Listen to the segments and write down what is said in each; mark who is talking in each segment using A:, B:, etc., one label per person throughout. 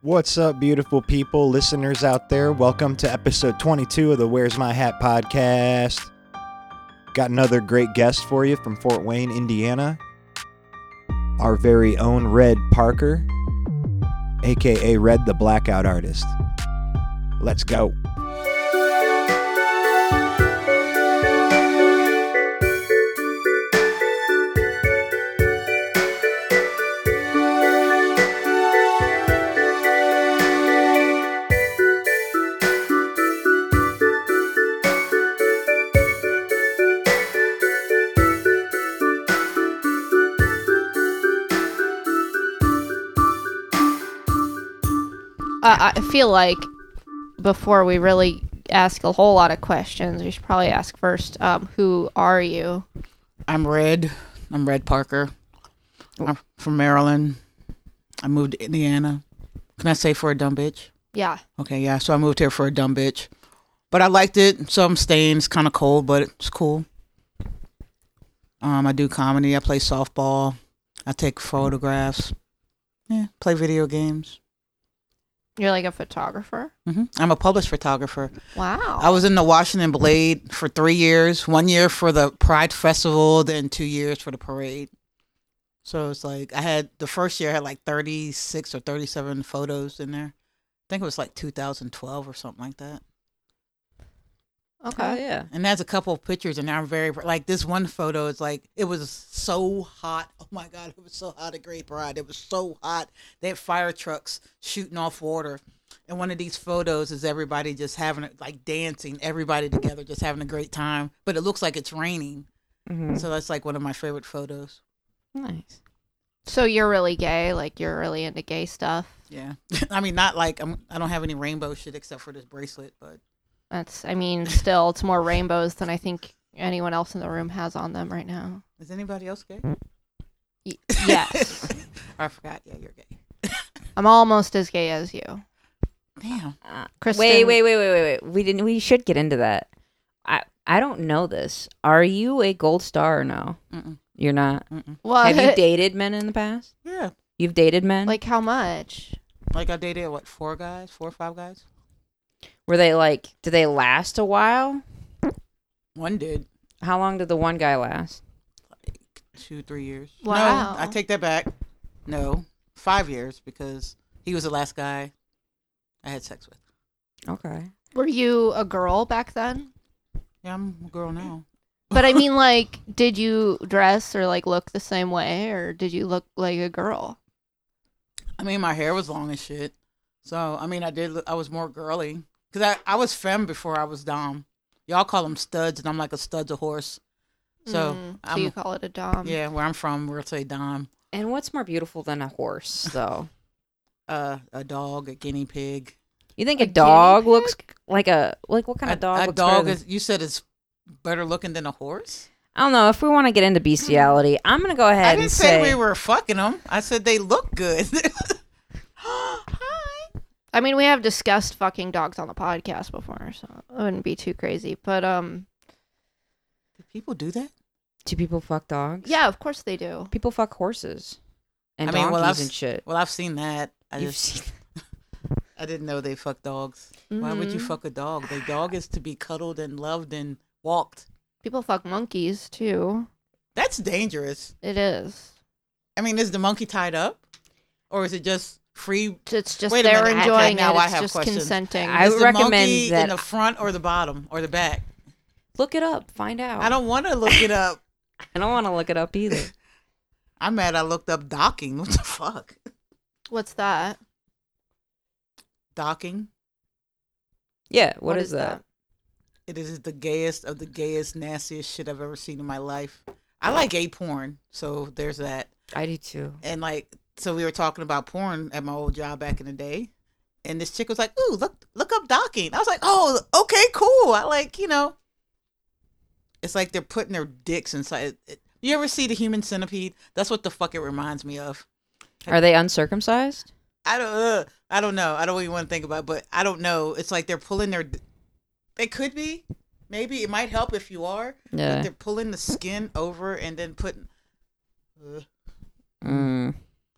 A: What's up, beautiful people, listeners out there? Welcome to episode 22 of the Where's My Hat podcast. Got another great guest for you from Fort Wayne, Indiana. Our very own Red Parker, aka Red the Blackout Artist. Let's go.
B: I I feel like before we really ask a whole lot of questions, we should probably ask first, um, who are you?
C: I'm Red. I'm Red Parker. I'm from Maryland. I moved to Indiana. Can I say for a dumb bitch?
B: Yeah.
C: Okay, yeah. So I moved here for a dumb bitch. But I liked it, so I'm staying. It's kind of cold, but it's cool. Um, I do comedy. I play softball. I take photographs. Yeah, play video games.
B: You're like a photographer.
C: hmm I'm a published photographer.
B: Wow.
C: I was in the Washington Blade for three years. One year for the Pride Festival, then two years for the parade. So it's like I had the first year I had like thirty six or thirty seven photos in there. I think it was like two thousand twelve or something like that.
B: okay.
D: yeah.
C: And that's a couple of pictures, and I'm very like this one photo is like it was so hot. Oh my god, it was so hot at Great Pride. It was so hot. They had fire trucks shooting off water. And one of these photos is everybody just having it like dancing, everybody together, just having a great time. But it looks like it's raining.
D: hmm
C: So that's like one of my favorite photos.
D: Nice.
B: So you're really gay. Like you're really into gay stuff.
C: Yeah. I mean, not like I'm, I don't have any rainbow shit except for this bracelet, but
B: That's. I mean, still, it's more rainbows than I think anyone else in the room has on them right now.
C: is anybody else gay?
B: Y- yes.
C: I forgot. Yeah, you're gay.
B: I'm almost as gay as you.
C: Damn.
D: Uh,
B: Kristen-
D: Wait, wait, wait, wait, wait, wait. We didn't. We should get into that. I I don't know this. Are you a gold star or no?
C: Mm-mm,
D: You're not.
C: mm-mm.
B: Well,
D: Have you dated men in the past?
C: Yeah.
D: You've dated men.
B: like how much?
C: Like I dated what four guys, four or five guys.
D: were they like? Did they last a while?
C: One did
D: How long did the one guy last?
C: two, three years.
B: Wow.
C: No, I take that back. No, five years because he was the last guy I had sex with.
D: Okay.
B: Were you a girl back then?
C: Yeah, I'm a girl now.
B: But I mean, like, did you dress or like look the same way, or did you look like a girl?
C: I mean, my hair was long as shit. So I mean, I did. Look, I was more girly because I I was femme before I was dom. Y'all call them studs, and I'm like a stud's a horse. So
B: Mm, so
C: I'm
B: you call it a dom?
C: yeah, where I'm from, we'll say dom.
D: And what's more beautiful than a horse, though?
C: Uh, a dog, a guinea pig.
D: You think
B: A
D: a, dog
B: guinea
D: looks like a like what kind
C: a,
D: of dog?
C: A
D: looks better
C: dog
D: than-
C: is. You said it's better looking than a horse.
D: I don't know. If we want to get into bestiality, I'm gonna go ahead
C: I didn't
D: and
C: say, we were fucking them. I said they look good. Hi.
B: I mean, we have discussed fucking dogs on the podcast before, so it wouldn't be too crazy. But um,
C: Do people do that?
D: do people fuck dogs?
B: yeah, of course they do.
D: People fuck horses and
C: I mean, well,
D: donkeys
C: I've-
D: and shit.
C: Well, I've seen that. I
D: You've
C: just,
D: seen
C: I didn't know they fuck dogs. Why would you
D: Mm.
B: Mhm.
C: fuck a dog? The dog is to be cuddled and loved and walked.
B: People fuck monkeys too.
C: That's dangerous.
B: It is.
C: I mean, is the monkey tied up, or is it just free?
B: It's just
C: Wait a
B: they're
C: minute, okay,
B: enjoying
C: now
B: it.
C: I
B: it's
C: have
B: just
C: questions.
B: consenting.
D: I
C: is
D: would
C: the
D: recommend
C: monkey in
D: that-
C: the front or the bottom or the back?
D: Look it up. Find out.
C: I don't want to look it up.
D: I don't want to look it up either.
C: I'm mad. I looked up docking. What the fuck?
B: What's that?
C: Docking.
D: Yeah. what is, that?
C: It is the gayest of the gayest, nastiest shit I've ever seen in my life. I like gay porn, so there's that.
D: I do too.
C: And like, so we were talking about porn at my old job back in the day, and this chick was like, "Ooh, look, look up docking." I was like, "Oh, okay, cool." I like, you know, it's like they're putting their dicks inside. It, you ever see the human centipede? That's what the fuck it reminds me of.
D: Are they uncircumcised?
C: I don't. Uh, I don't know. I don't even want to think about. It, but I don't know. It's like they're pulling their. They could be. Maybe it might help if you are. but
D: Yeah.
C: they're pulling the skin over and then putting. Ugh.
D: Mm.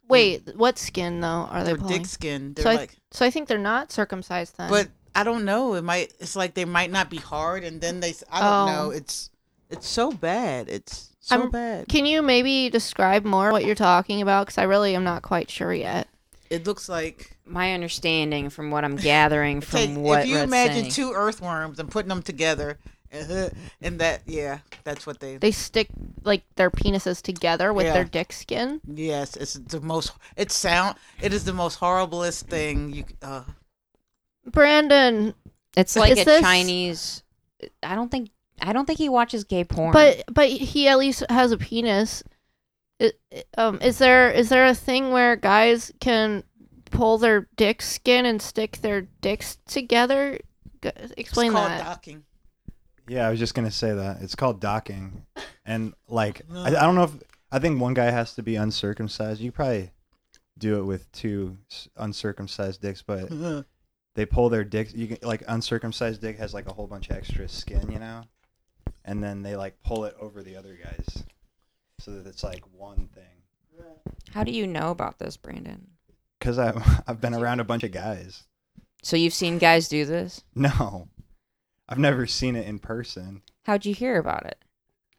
B: Wait, what skin though are they
C: They're
B: pulling?
C: dick skin. They're
B: So I-
C: like,
B: So I think they're not circumcised then.
C: but I don't know. It might. It's like they might not be hard, and then they. s- I don't
B: Oh.
C: know. It's it's so bad. It's so
B: I'm-
C: bad.
B: can you maybe describe more what you're talking about? Because I really am not quite sure yet.
C: It looks like
D: My understanding from what I'm gathering from
C: take-
D: what
C: if you
D: Red's
C: imagine
D: saying,
C: two earthworms and putting them together, uh, and that yeah, that's what they.
B: They stick like their penises together with
C: Yeah.
B: their dick skin.
C: Yes, it's the most. It sound. It is the most horriblest thing. You. c- Uh,
B: Brandon,
D: it's like
B: Is
D: a
B: this-
D: Chinese. I don't think I don't think he watches gay porn.
B: but but he at least has a penis. I- I- um, is there is there a thing where guys can pull their dick skin and stick their dicks together? G-
C: it's
B: Explain
C: called
B: that.
C: docking.
A: Yeah, I was just gonna say that it's called docking, and like I, I don't know if I think one guy has to be uncircumcised. You probably do it with two s- uncircumcised dicks, but they pull their dicks. You can like uncircumcised dick has like a whole bunch of extra skin, you know, and then they like pull it over the other guys, so that it's like one thing.
D: how do you know about this, Brandon?
A: Cause I I've been around a bunch of guys.
D: So you've seen guys do this?
A: No, I've never seen it in person.
D: How'd you hear about it?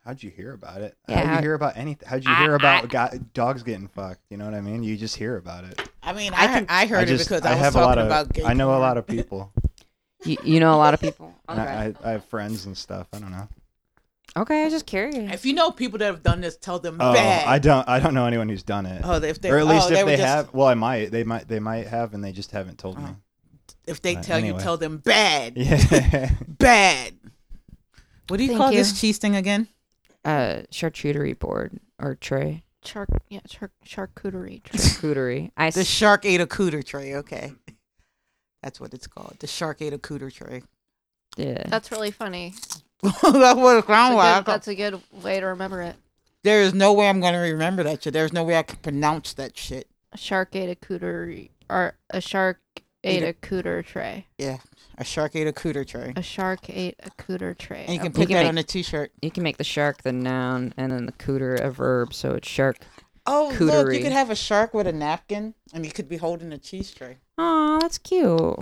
A: How'd you hear about it?
D: Yeah,
A: How'd
D: how-
A: you hear about anything? How'd you
D: I-
A: hear
D: I-
A: about go- dogs getting fucked? You know what I mean? You just hear about it.
C: I mean,
D: I
C: I
D: can-
C: I heard
A: I just,
C: it because
A: I,
C: I, was
A: have a
C: talking
A: lot of,
C: about. Gay
A: I know a
C: porn.
A: lot of people.
D: You, you know a lot of people.
A: And
D: Okay.
A: I, I, I have friends and stuff. I don't know.
D: okay, I was just curious.
C: If you know people that have done this, tell them
A: Oh,
C: bad.
A: I don't. I don't know anyone who's done it.
C: Oh, if they,
A: or at
C: oh,
A: least
C: they
A: if
C: were
A: they
C: just-
A: have. Well, I might. They might. They might have, and they just haven't told me.
C: Oh. if they
A: Uh,
C: tell
A: anyway.
C: you, tell them bad,
A: Yeah.
C: bad. What do you
D: Thank
C: call
D: you.
C: this cheese thing again?
D: Uh, charcuterie board or tray
B: Char- yeah, char- charcuterie.
D: charcuterie. I
C: The
D: s-
C: shark ate a cooter tray. Okay, that's what it's called. The shark ate a cooter tray.
D: yeah.
B: That's really funny.
C: that's what it's
B: That's
C: called.
B: a,
C: I
B: good,
C: call-
B: that's a good way to remember it.
C: There is no way I'm going to remember that shit. There's no way I can pronounce that shit.
B: A shark ate a cooter, or a shark ate a cooter tray.
C: Yeah, a shark ate a cooter tray.
B: A shark ate a cooter tray.
C: And you
B: Okay.
C: can put
D: can
C: that
D: make-
C: on a t-shirt.
D: You can make the shark the noun and then the cooter a verb, so it's shark.
C: Oh, look,
D: Cootery.
C: you could have a shark with a napkin, and you could be holding a cheese tray.
D: Aw, that's cute.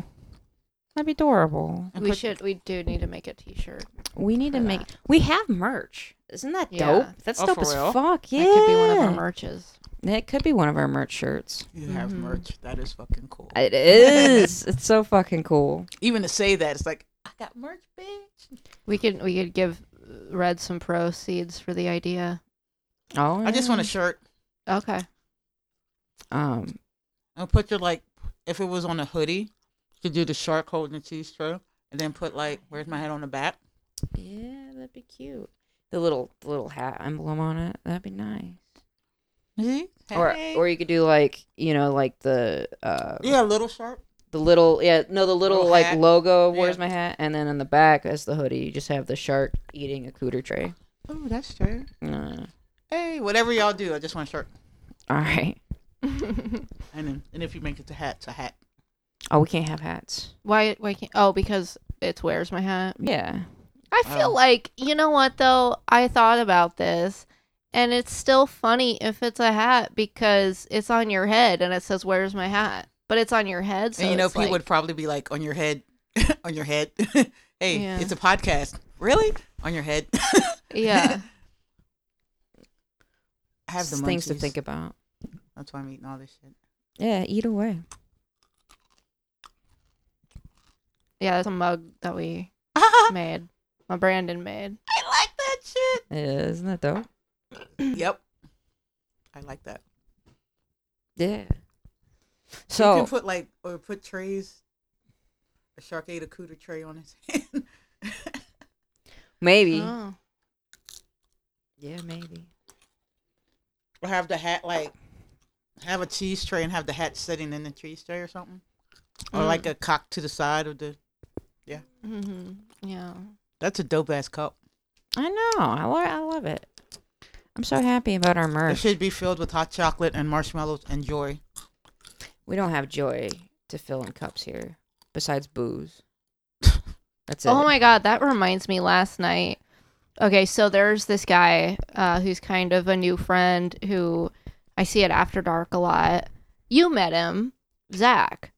D: That'd be adorable.
C: And
B: we
C: put-
B: should. We do need to make a T-shirt.
D: We need to
B: For
D: make.
B: that.
D: We have merch. Isn't that
B: Yeah.
D: dope? That's
C: Oh,
D: dope
C: for
D: as
C: real?
D: fuck. Yeah.
B: That could be one of our merches.
D: It could be one of our merch shirts.
C: You have
B: Mhm.
C: merch. That is fucking cool.
D: It is. it's so fucking cool.
C: Even to say that, it's like I got merch, bitch.
B: We could we could give uh, Red some proceeds for the idea.
D: Oh.
C: I just want a
D: yeah.
C: shirt.
B: Okay.
D: Um.
C: And put your like, if it was on a hoodie, you could do the shark holding the cheese tray, and then put like, where's my head on the back?
D: Yeah, that'd be cute. The little the little hat emblem on it. That'd be nice.
C: See?
D: Or
C: Hey.
D: or you could do like you know like the uh
C: yeah, little shark.
D: the little yeah no the little,
C: Little
D: like
C: hat.
D: logo of
C: Yeah.
D: where's my hat and then in the back as the hoodie you just have the shark eating a cooter tray.
C: Oh, that's true.
D: Uh,
C: Hey, whatever y'all do, I just want a shirt.
D: all right.
C: And then, and if you make it to hat, to hat.
D: Oh, we can't have hats.
B: why why can't? Oh, because it's wears my hat.
D: Yeah.
B: I feel
C: Oh.
B: like you know what though. I thought about this, and it's still funny if it's a hat because it's on your head and it says "Where's my hat," but it's on your head. So
C: and you know,
B: it's
C: people
B: like,
C: would probably be like, on your head, on your head. hey,
B: Yeah.
C: it's a podcast. Really? On your head.
B: yeah.
C: I have the
D: Just things to
C: munchies.
D: think about.
C: That's why I'm eating all this shit.
D: Yeah, either way.
B: Yeah, that's a mug that we
C: I
B: made. My Brandon made.
C: like that shit.
D: Yeah, isn't that dope?
C: Yep. I like that.
D: Yeah.
C: you
D: So
C: can put like or put trays. A shark ate a cooter tray on his hand.
D: maybe.
B: Oh.
D: Yeah, maybe.
C: or have the hat like have a cheese tray and have the hat sitting in the cheese tray or something.
D: Mm.
C: Or like a cock to the side of the
B: hmm Yeah.
C: that's a dope ass cup.
D: I know. I lo- I love it. I'm so happy about our
C: It
D: merch.
C: should be filled with hot chocolate and marshmallows and joy.
D: We don't have joy to fill in cups here, besides booze. That's it.
B: Oh my god, that reminds me last night. Okay, so there's this guy uh, who's kind of a new friend who I see it after dark a lot. You met him, Zach.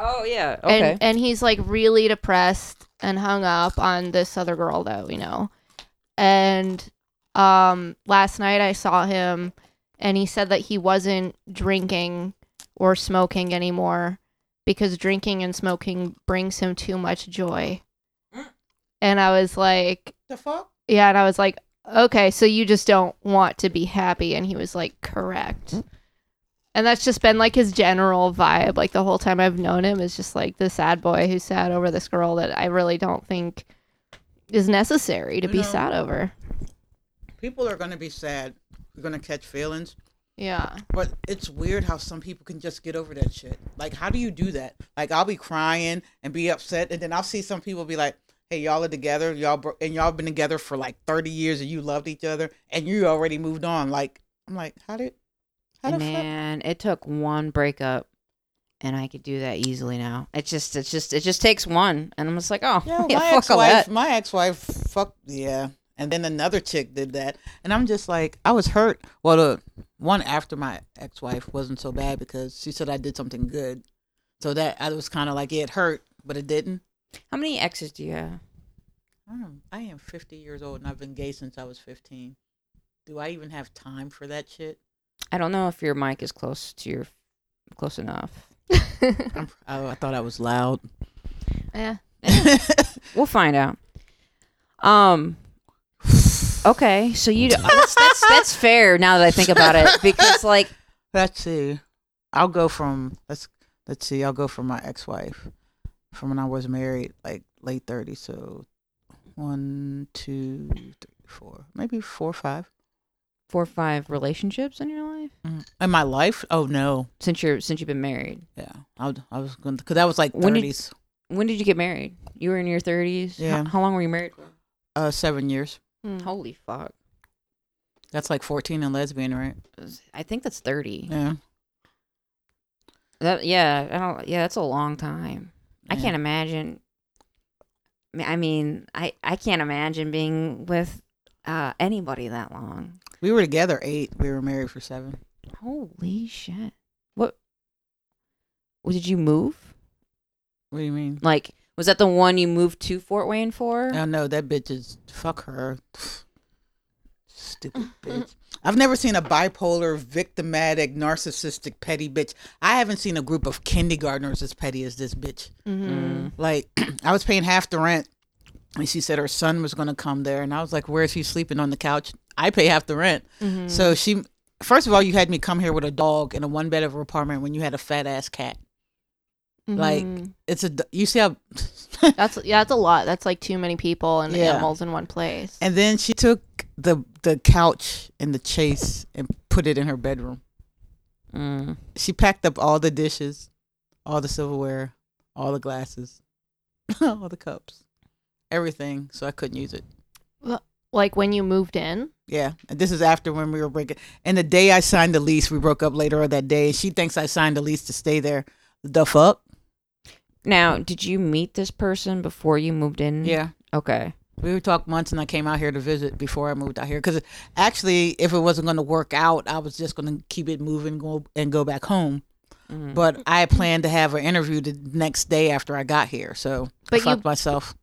D: Oh yeah. Okay.
B: And and he's like really depressed and hung up on this other girl though, you know. And um last night I saw him and he said that he wasn't drinking or smoking anymore because drinking and smoking brings him too much joy. And I was like,
C: The fuck?
B: yeah, and I was like, okay, so you just don't want to be happy. And he was like, correct.
C: Mm-hmm.
B: And that's just been like his general vibe, like the whole time I've known him, is just like the sad boy who's sad over this girl that I really don't think is necessary to
C: You
B: be
C: know-
B: sad over.
C: People are gonna be sad. You're gonna catch feelings.
B: Yeah.
C: But it's weird how some people can just get over that shit. Like, how do you do that? Like, I'll be crying and be upset, and then I'll see some people be like, "Hey, y'all are together, y'all, bro- and y'all been together for like thirty years, and you loved each other, and you already moved on." Like, I'm like, how did, how the fuck?
D: Man, it took one breakup, and I could do that easily now. It just, it's just, it just takes one, and I'm just like, oh,
C: Yeah,
D: yeah,
C: my
D: fuck all
C: ex-wife,
D: that.
C: my ex-wife, fuck yeah. And then another chick did that, and I'm just like, I was hurt. Well, the one after my ex-wife wasn't so bad because she said I did something good, so that I was kind of like, yeah, it hurt, but it didn't.
D: How many exes do you have?
C: I am- I am 50 years old and I've been gay since I was 15. Do I even have time for that shit?
D: I don't know if your mic is close to your, close enough.
C: I'm, pr- oh, I thought I was loud.
B: yeah.
D: We'll find out. Um. Okay, so you that's, that's that's fair now that I think about it because like
C: let's see. I'll go from let's let's see. I'll go from my ex-wife from when I was married, like late 30s. So one, two, three, four, maybe four, or five.
D: four or five relationships in your life
C: Mm-hmm. In my life? Oh no.
D: since you're since you've been married.
C: Yeah, I, would- I was going because that was like
D: When did-
C: 30s,
D: When did you get married? You were in your thirties.
C: Yeah.
D: How, how long were you married? for?
C: uh, seven years.
B: Mm.
D: Holy fuck!
C: That's like 14 and lesbian, right?
D: I think that's thirty.
C: Yeah.
D: That yeah, I don't yeah, that's a long time. I
C: Yeah.
D: can't imagine. I mean- I mean, I I can't imagine being with uh anybody that long.
C: We were together eight. We were married for seven.
D: Holy shit! What? Well, did you move?
C: What do you mean?
D: Like, was that the one you moved to Fort Wayne for?
C: Oh no, that bitch is fuck her. Stupid bitch. I've never seen a bipolar, victimatic, narcissistic, petty bitch. I haven't seen a group of kindergartners as petty as this bitch.
B: Mhm.
C: Like I was paying half the rent and she said her son was gonna come there and I was like, Where is he sleeping on the couch? I pay half the rent.
B: Mhm.
C: So she first of all, you had me come here with a dog in a one bed of apartment when you had a fat ass cat. like-
B: Mhm.
C: It's a d- you see how
B: that's yeah, that's a lot. That's like too many people and
C: Yeah.
B: animals in one place.
C: And then she took the the couch and the chase and put it in her bedroom.
D: Mm.
C: She packed up all the dishes, all the silverware, all the glasses, all the cups, everything. So I couldn't use it.
B: like when you moved in.
C: Yeah, and this is after when we were breaking. And the day I signed the lease, we broke up later that day. She thinks I signed the lease to stay there. The fuck?
D: Now, did you meet this person before you moved in?
C: Yeah.
D: Okay.
C: We were talking months, and I came out here to visit before I moved out here. Because actually, if it wasn't going to work out, I was just going to keep it moving, go and go back home.
D: Mm.
C: but I planned to have an interview the next day after I got here. So
B: But
C: I
B: you-
C: fucked myself.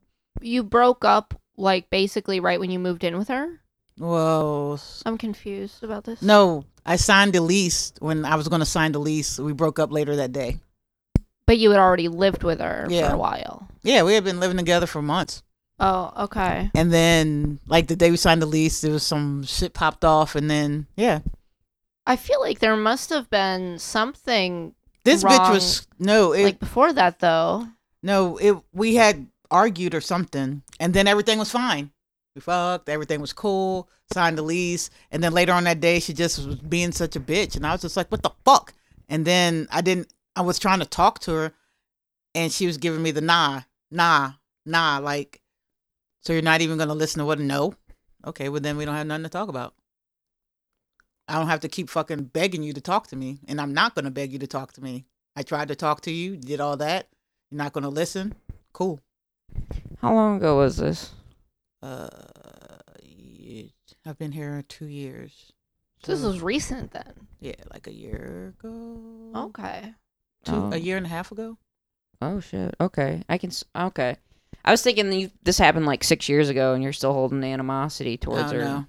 B: You broke up like basically right when you moved in with her?
C: Whoa. s-
B: I'm confused about this.
C: No, I signed the lease when I was going to sign the lease. We broke up later that day.
B: But you had already lived with her
C: Yeah.
B: for a while.
C: Yeah, we had been living together for months.
B: Oh, okay.
C: And then, like, the day we signed the lease, there was some shit popped off. And then, yeah.
B: I feel like there must have been something
C: This bitch was, no, it,
B: like before that though.
C: no, it, we had argued or something. And then everything was fine. We fucked, everything was cool, signed the lease. And then later on that day, she just was being such a bitch. And I was just like, what the fuck? And then I didn't, I was trying to talk to her and she was giving me the nah, nah, nah. Like, so you're not even going to listen to what a no? Okay, well, then we don't have nothing to talk about. I don't have to keep fucking begging you to talk to me. And I'm not going to beg you to talk to me. I tried to talk to you, did all that. You're not going to listen. Cool.
D: How long ago was this?
C: Uh, ye- I've been here two years.
B: This was recent then.
C: yeah, like a year ago.
B: Okay.
C: Two-
D: Oh.
C: a year and a half ago.
D: Oh shit. Okay. I can. s- Okay. I was thinking that you, this happened like six years ago, and you're still holding animosity towards
C: Oh,
D: her.
C: no.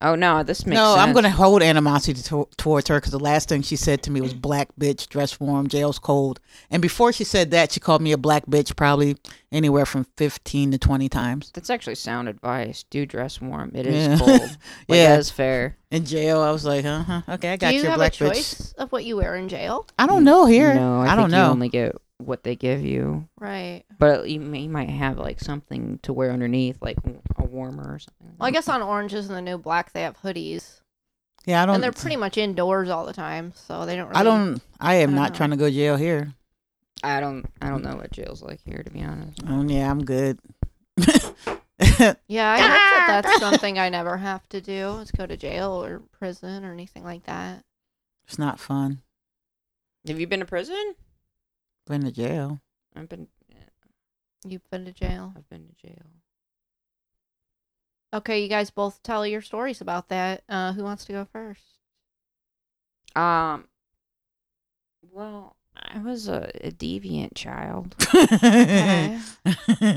D: Oh no, this makes
C: no, I'm
D: sense.
C: gonna hold animosity to- towards her because the last thing she said to me was "black bitch, dress warm, jail's cold." And before she said that, she called me a black bitch probably anywhere from 15 to 20 times.
D: That's actually sound advice. Do dress warm. It is
C: Yeah.
D: cold. Like,
C: Yeah.
D: That is fair.
C: In jail, I was like, "Uh huh, okay, I got
B: Do you
C: your
B: have
C: black
B: a
C: bitch."
B: choice of what you wear in jail?
C: I don't know here.
D: No, I,
C: I,
D: think
C: don't know.
D: You only get what they give you,
B: Right.
D: but you, may, you might have like something to wear underneath, like a warmer or something.
B: Well, I guess on Oranges and the New Black they have hoodies,
C: yeah, I don't.
B: and they're pretty much indoors all the time, so they don't. Really,
C: I don't. I am
B: I
C: not
B: don't
C: trying to go to jail here.
D: I don't. I don't know what jail's like here, to be honest.
C: Um, yeah, I'm good.
B: Yeah, I hope that that's something I never have to do is go to jail or prison or anything like that.
C: it's not fun.
D: Have you been to prison?
C: Been to jail.
D: I've been.
B: You've been to jail.
D: I've been to jail.
B: Okay, you guys both tell your stories about that. Uh, who wants to go first?
D: Um. Well, I was a, a deviant child,
B: Okay.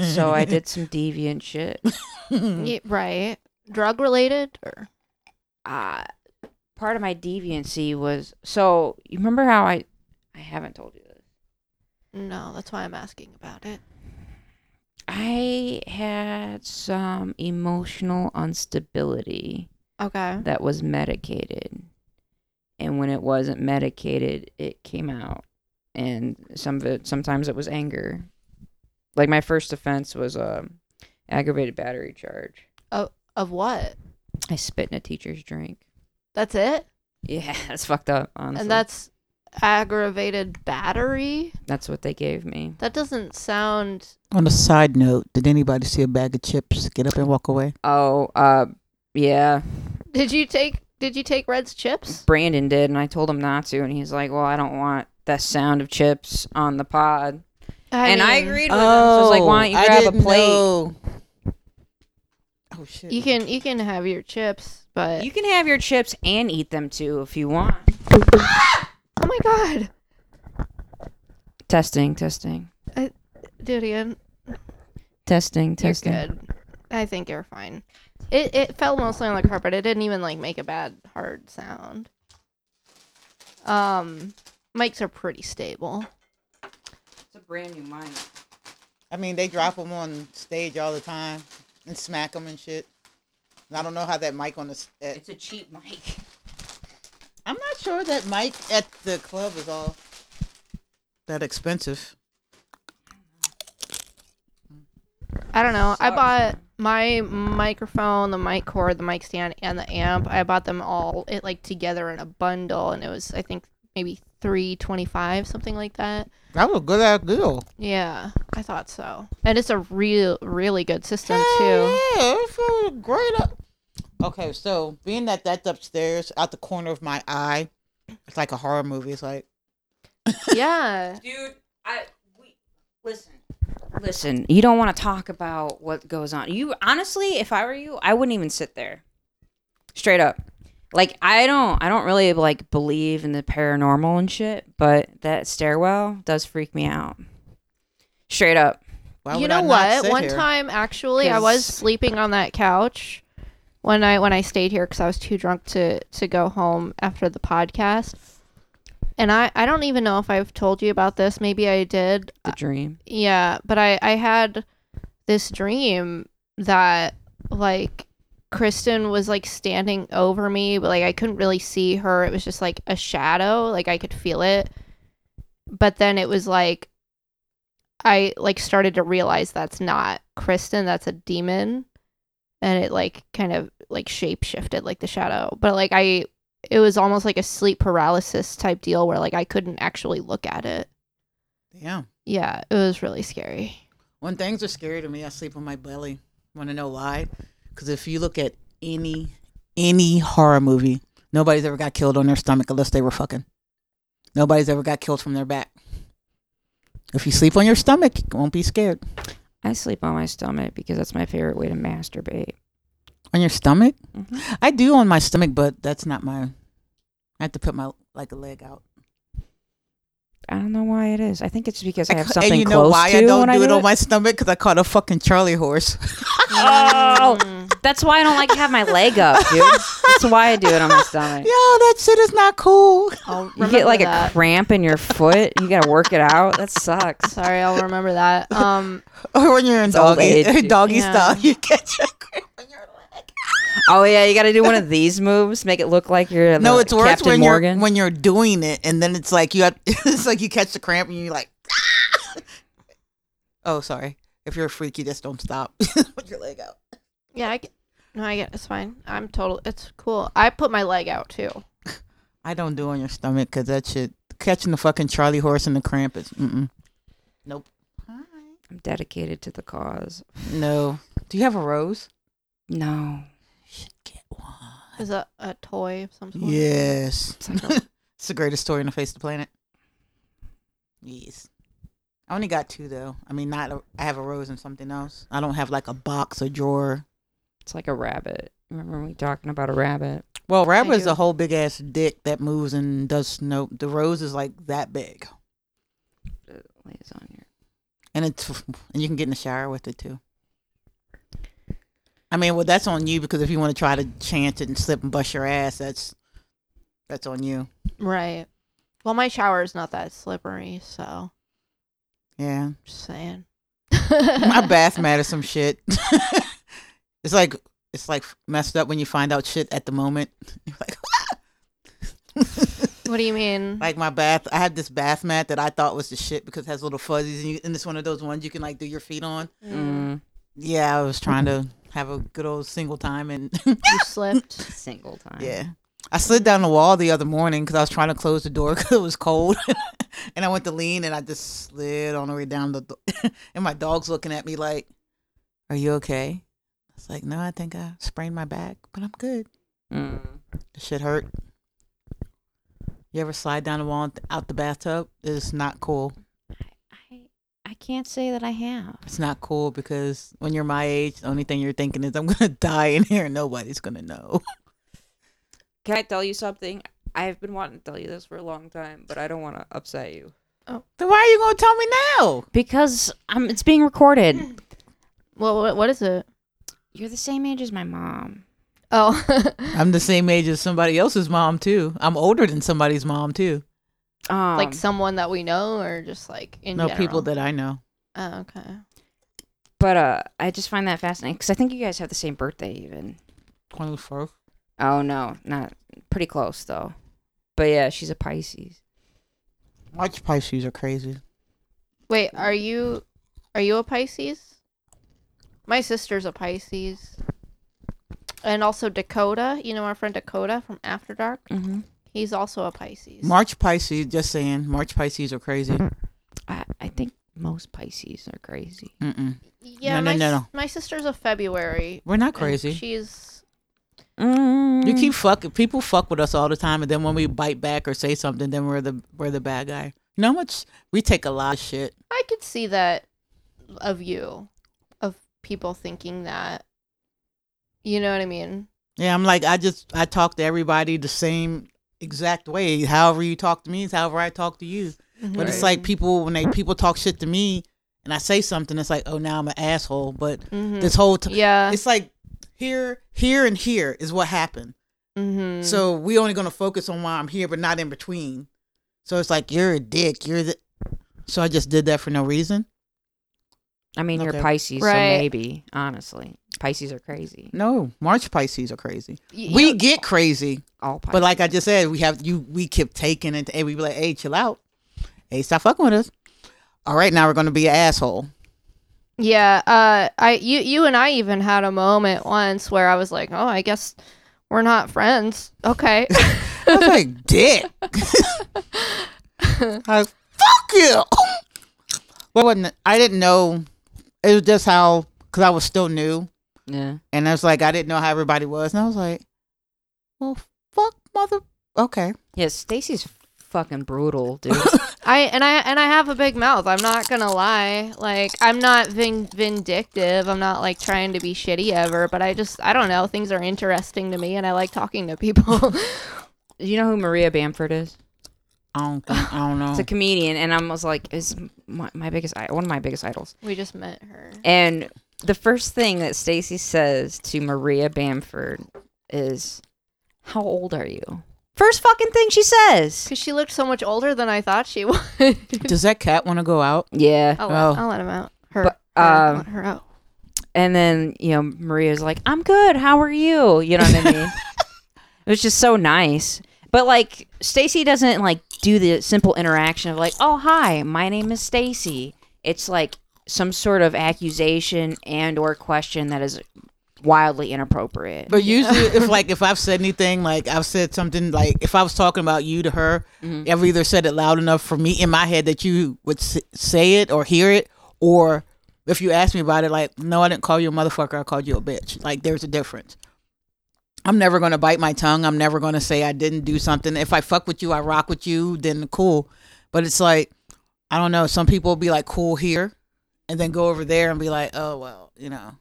D: so I did some deviant shit.
C: Mm-hmm.
B: Ye- right. Drug related or
D: uh part of my deviancy was so you remember how I I haven't told you this.
B: no? That's why I'm asking about it.
D: I had some emotional instability
B: Okay.
D: that was medicated. And when it wasn't medicated, it came out. And some of it sometimes it was anger. Like my first offense was a aggravated battery charge.
B: Of what?
D: I spit in a teacher's drink.
B: That's it.
D: Yeah, that's fucked up, honestly.
B: And that's aggravated battery.
D: that's what they gave me.
B: That doesn't sound.
C: On a side note, did anybody see a bag of chips get up and walk away?
D: Oh, uh yeah.
B: Did you take? Did you take Red's chips?
D: Brandon did, and I told him not to, and he's like, "Well, I don't want the sound of chips on the pod," and I
B: mean,
D: agreed with him. So I was like, "Why don't you grab a plate?
C: Oh shit!
B: You can you can have your chips, but
D: You can have your chips and eat them too if you want."
B: oh my god,
D: Testing, testing,
B: Dudian,
D: testing,
B: you're
D: testing.
B: good. I think you're fine. It it fell mostly on the carpet. It didn't even like make a bad hard sound. Um, mics are pretty stable.
D: It's a brand new mic.
C: I mean, they drop them on stage all the time and smack them and shit. And I don't know how that mic on the. s- At,
D: It's a cheap mic.
C: I'm not sure that mic at the club is all that expensive.
B: I don't know. I
D: Sucks,
B: bought my microphone, the mic cord, the mic stand, and the amp. I bought them all it like together in a bundle, and it was I think maybe three twenty five, something like that.
C: That was a good ass deal.
B: Yeah, I thought so. And it's a real, really good system too.
C: Yeah, it feels great. Up. Okay, so being that that's upstairs, out the corner of my eye, it's like a horror movie. It's like
B: Yeah,
D: Dude, I we listen. Listen, you don't want to talk about what goes on. You honestly, if I were you, I wouldn't even sit there. Straight up. Like I don't I don't really like believe in the paranormal and shit, but that stairwell does freak me out. Straight up.
C: why
B: you
C: would I
B: know
C: not
B: what?
C: sit
B: One
C: here?
B: time, actually, I
D: 'Cause-
B: was sleeping on that couch one night when I stayed here because I was too drunk to to go home after the podcast. And I, I don't even know if I've told you about this. Maybe I did.
D: The dream.
B: Yeah, but I I had this dream that like Kristen was like standing over me, but like I couldn't really see her. It was just like a shadow, like I could feel it. But then it was like I like started to realize that's not Kristen, that's a demon. And it like kind of like shape shifted like the shadow. But like I it was almost like a sleep paralysis type deal where like I couldn't actually look at it.
C: Yeah.
B: Yeah, it was really scary.
C: When things are scary to me, I sleep on my belly. Want to know why? Because if you look at any any horror movie, nobody's ever got killed on their stomach unless they were fucking. Nobody's ever got killed from their back. If you sleep on your stomach, you won't be scared.
D: I sleep on my stomach because that's my favorite way to masturbate.
C: On your stomach?
D: Mhm.
C: I do on my stomach, but that's not my I have to put my like a leg out.
D: I don't know why it is. I think it's because I
C: I
D: have
C: ca-
D: something
C: and you know
D: close
C: why
D: to
C: I don't
D: when
C: do
D: I
C: it
D: do
C: on my stomach because I caught a fucking Charlie horse.
D: Oh,
B: Mm.
D: that's why I don't like to have my leg up, dude. That's why I do it on my stomach.
C: Yo, that shit is not cool.
B: I'll
D: You
B: remember
D: get like
B: that.
D: a cramp in your foot. You gotta work it out. That sucks.
B: Sorry, I'll remember that. Um,
C: Or when you're in
D: It's old
C: doggy
D: age.
C: doggy
B: Yeah.
C: style, you catch a grip on your leg.
D: Oh yeah, you gotta do one of these moves. Make it look like you're
C: No,
D: the
C: it's worse
D: Captain
C: when
D: Morgan.
C: you're when you're doing it, and then it's like you have, it's like you catch the cramp and you're like, oh, sorry. If you're a freak, you just don't stop. Put your leg out.
B: yeah, I get, no, I get it's fine. I'm total. It's cool. I put my leg out too.
C: I don't do on your stomach because that shit catching the fucking Charlie horse and the cramp is mm-mm. nope.
D: I'm dedicated to the cause.
C: No. Do you have a rose?
D: No,
C: Get one.
B: Is that a toy of some sort?
C: Yes.
D: It's like a-
C: It's the greatest story on the face of the planet. Yes. I only got two though. I mean, not a, I have a rose and something else. I don't have like a box or drawer.
D: it's like a rabbit. Remember when we talking about a rabbit?
C: Well, rabbit is
B: do.
C: a whole big ass dick that moves and does snow. The rose is like that big,
D: It lays on your.
C: and it's and you can get in the shower with it too. I mean, well, that's on you because if you want to try to chance it and slip and bust your ass, that's that's on you.
B: Right. Well, my shower is not that slippery, so
C: Yeah.
B: just saying.
C: my bath mat is some shit. it's like it's like messed up when you find out shit at the moment. You're like,
B: What do you mean?
C: like my bath. I have this bath mat that I thought was the shit because it has little fuzzies and, you, and it's one of those ones you can like do your feet on.
B: Mm,
D: Mm,
C: Yeah, I was trying to have a good old single time and
B: you slipped.
D: mm, single time.
C: yeah. I slid down the wall the other morning because I was trying to close the door because it was cold, and I went to lean and I just slid on the way down the. Do- and my dog's looking at me like, "Are you okay?" I was like, "No, I think I sprained my back, but I'm good."
D: Mm.
C: The shit hurt. You ever slide down the wall and out the bathtub? It's not cool.
D: I I can't say that I have.
C: It's not cool because when you're my age, the only thing you're thinking is, "I'm gonna die in here and nobody's gonna know."
D: Can I tell you something? I've been wanting to tell you this for a long time, but I don't want to upset you.
C: Then why are you gonna tell me now?
D: Because um, it's being recorded.
B: Well, what, what is it?
D: You're the same age as my mom.
B: Oh,
C: I'm the same age as somebody else's mom too. I'm older than somebody's mom too.
D: Um,
B: like someone that we know, or just like in
C: no,
B: general?
C: people that I know.
B: Oh, okay.
D: but uh, I just find that fascinating because I think you guys have the same birthday, even.
C: Twenty fourth.
D: Oh no, not pretty close though. But yeah, she's a Pisces.
C: March Pisces are crazy.
B: Wait, are you are you a Pisces? My sister's a Pisces. And also Dakota, you know our friend Dakota from After Dark?
D: Mm-hmm.
B: He's also a Pisces.
C: March Pisces. Just saying, March Pisces are crazy.
D: I, I think most Pisces are crazy.
C: Mm-mm.
B: yeah,
C: No, no,
B: my,
C: no,
B: s-
C: no.
B: my sister's a February.
C: We're not
B: and
C: crazy.
B: She's
D: Mm-hmm.
C: You keep fucking people fuck with us all the time, and then when we bite back or say something, then we're the we're the bad guy. You know how much we take a lot of shit.
B: I could see that of you of people thinking that you know what I mean?
C: Yeah, I'm like I just I talk to everybody the same exact way. However you talk to me is however I talk to you. But it's like people when they people talk shit to me and I say something, it's like, oh, now I'm an asshole. But
B: Mhm.
C: this whole time,
B: Yeah.
C: it's like here, here, and here is what happened.
B: Mhm.
C: So we only gonna focus on why I'm here, but not in between. So it's like you're a dick. You're the. So I just did that for no reason.
D: I mean,
C: Okay.
D: you're Pisces, so
B: Right.
D: maybe honestly, Pisces are crazy.
C: No, March Pisces are crazy.
B: Y-
C: We
B: you-
C: get crazy,
D: All Pisces.
C: but like I just said, we have you. We kept taking it, and we be like, "Hey, chill out. Hey, stop fucking with us." All right, now we're gonna be an asshole.
B: Yeah, uh I you you and I even had a moment once where I was like, "Oh, I guess we're not friends." Okay.
C: I was like, dick. I was, fuck you. Well, wasn't, I didn't know. It was just how, because I was still new.
D: yeah.
C: And I was like, I didn't know how everybody was. And I was like, well, fuck, mother. Okay.
D: Yeah, Stacy's fucking brutal, dude.
B: I and I and I have a big mouth. I'm not going to lie. Like I'm not vin- vindictive. I'm not like trying to be shitty ever, but I just I don't know, things are interesting to me and I like talking to people.
D: Do you know who Maria Bamford is?
C: I don't, think, I don't know.
D: It's a comedian, and I was like, is my, my biggest i- one of my biggest idols.
B: We just met her.
D: And the first thing that Stacy says to Maria Bamford is, "How old are you?" First fucking thing she says.
B: Because she looked so much older than I thought she would.
C: Does that cat want to go out?
D: Yeah.
B: I'll,
C: Oh.
B: let, I'll let him out. Her.
D: But,
B: her,
D: um,
B: let her out.
D: And then you know Maria's like, "I'm good. How are you?" You know what I mean? it was just so nice. But like Stacy doesn't like do the simple interaction of like, "Oh hi, my name is Stacy." It's like some sort of accusation and or question that is wildly inappropriate.
C: But usually, if like if I've said anything, like I've said something, like if I was talking about you to her, I've either said it loud enough for me in my head that you would s- say it or hear it, or if you asked me about it, like no, I didn't call you a motherfucker, I called you a bitch. Like there's a difference. I'm never gonna bite my tongue. I'm never gonna say I didn't do something. If I fuck with you, I rock with you. Then cool. But it's like I don't know. Some people will be like cool here, and then go over there and be like, oh well, you know.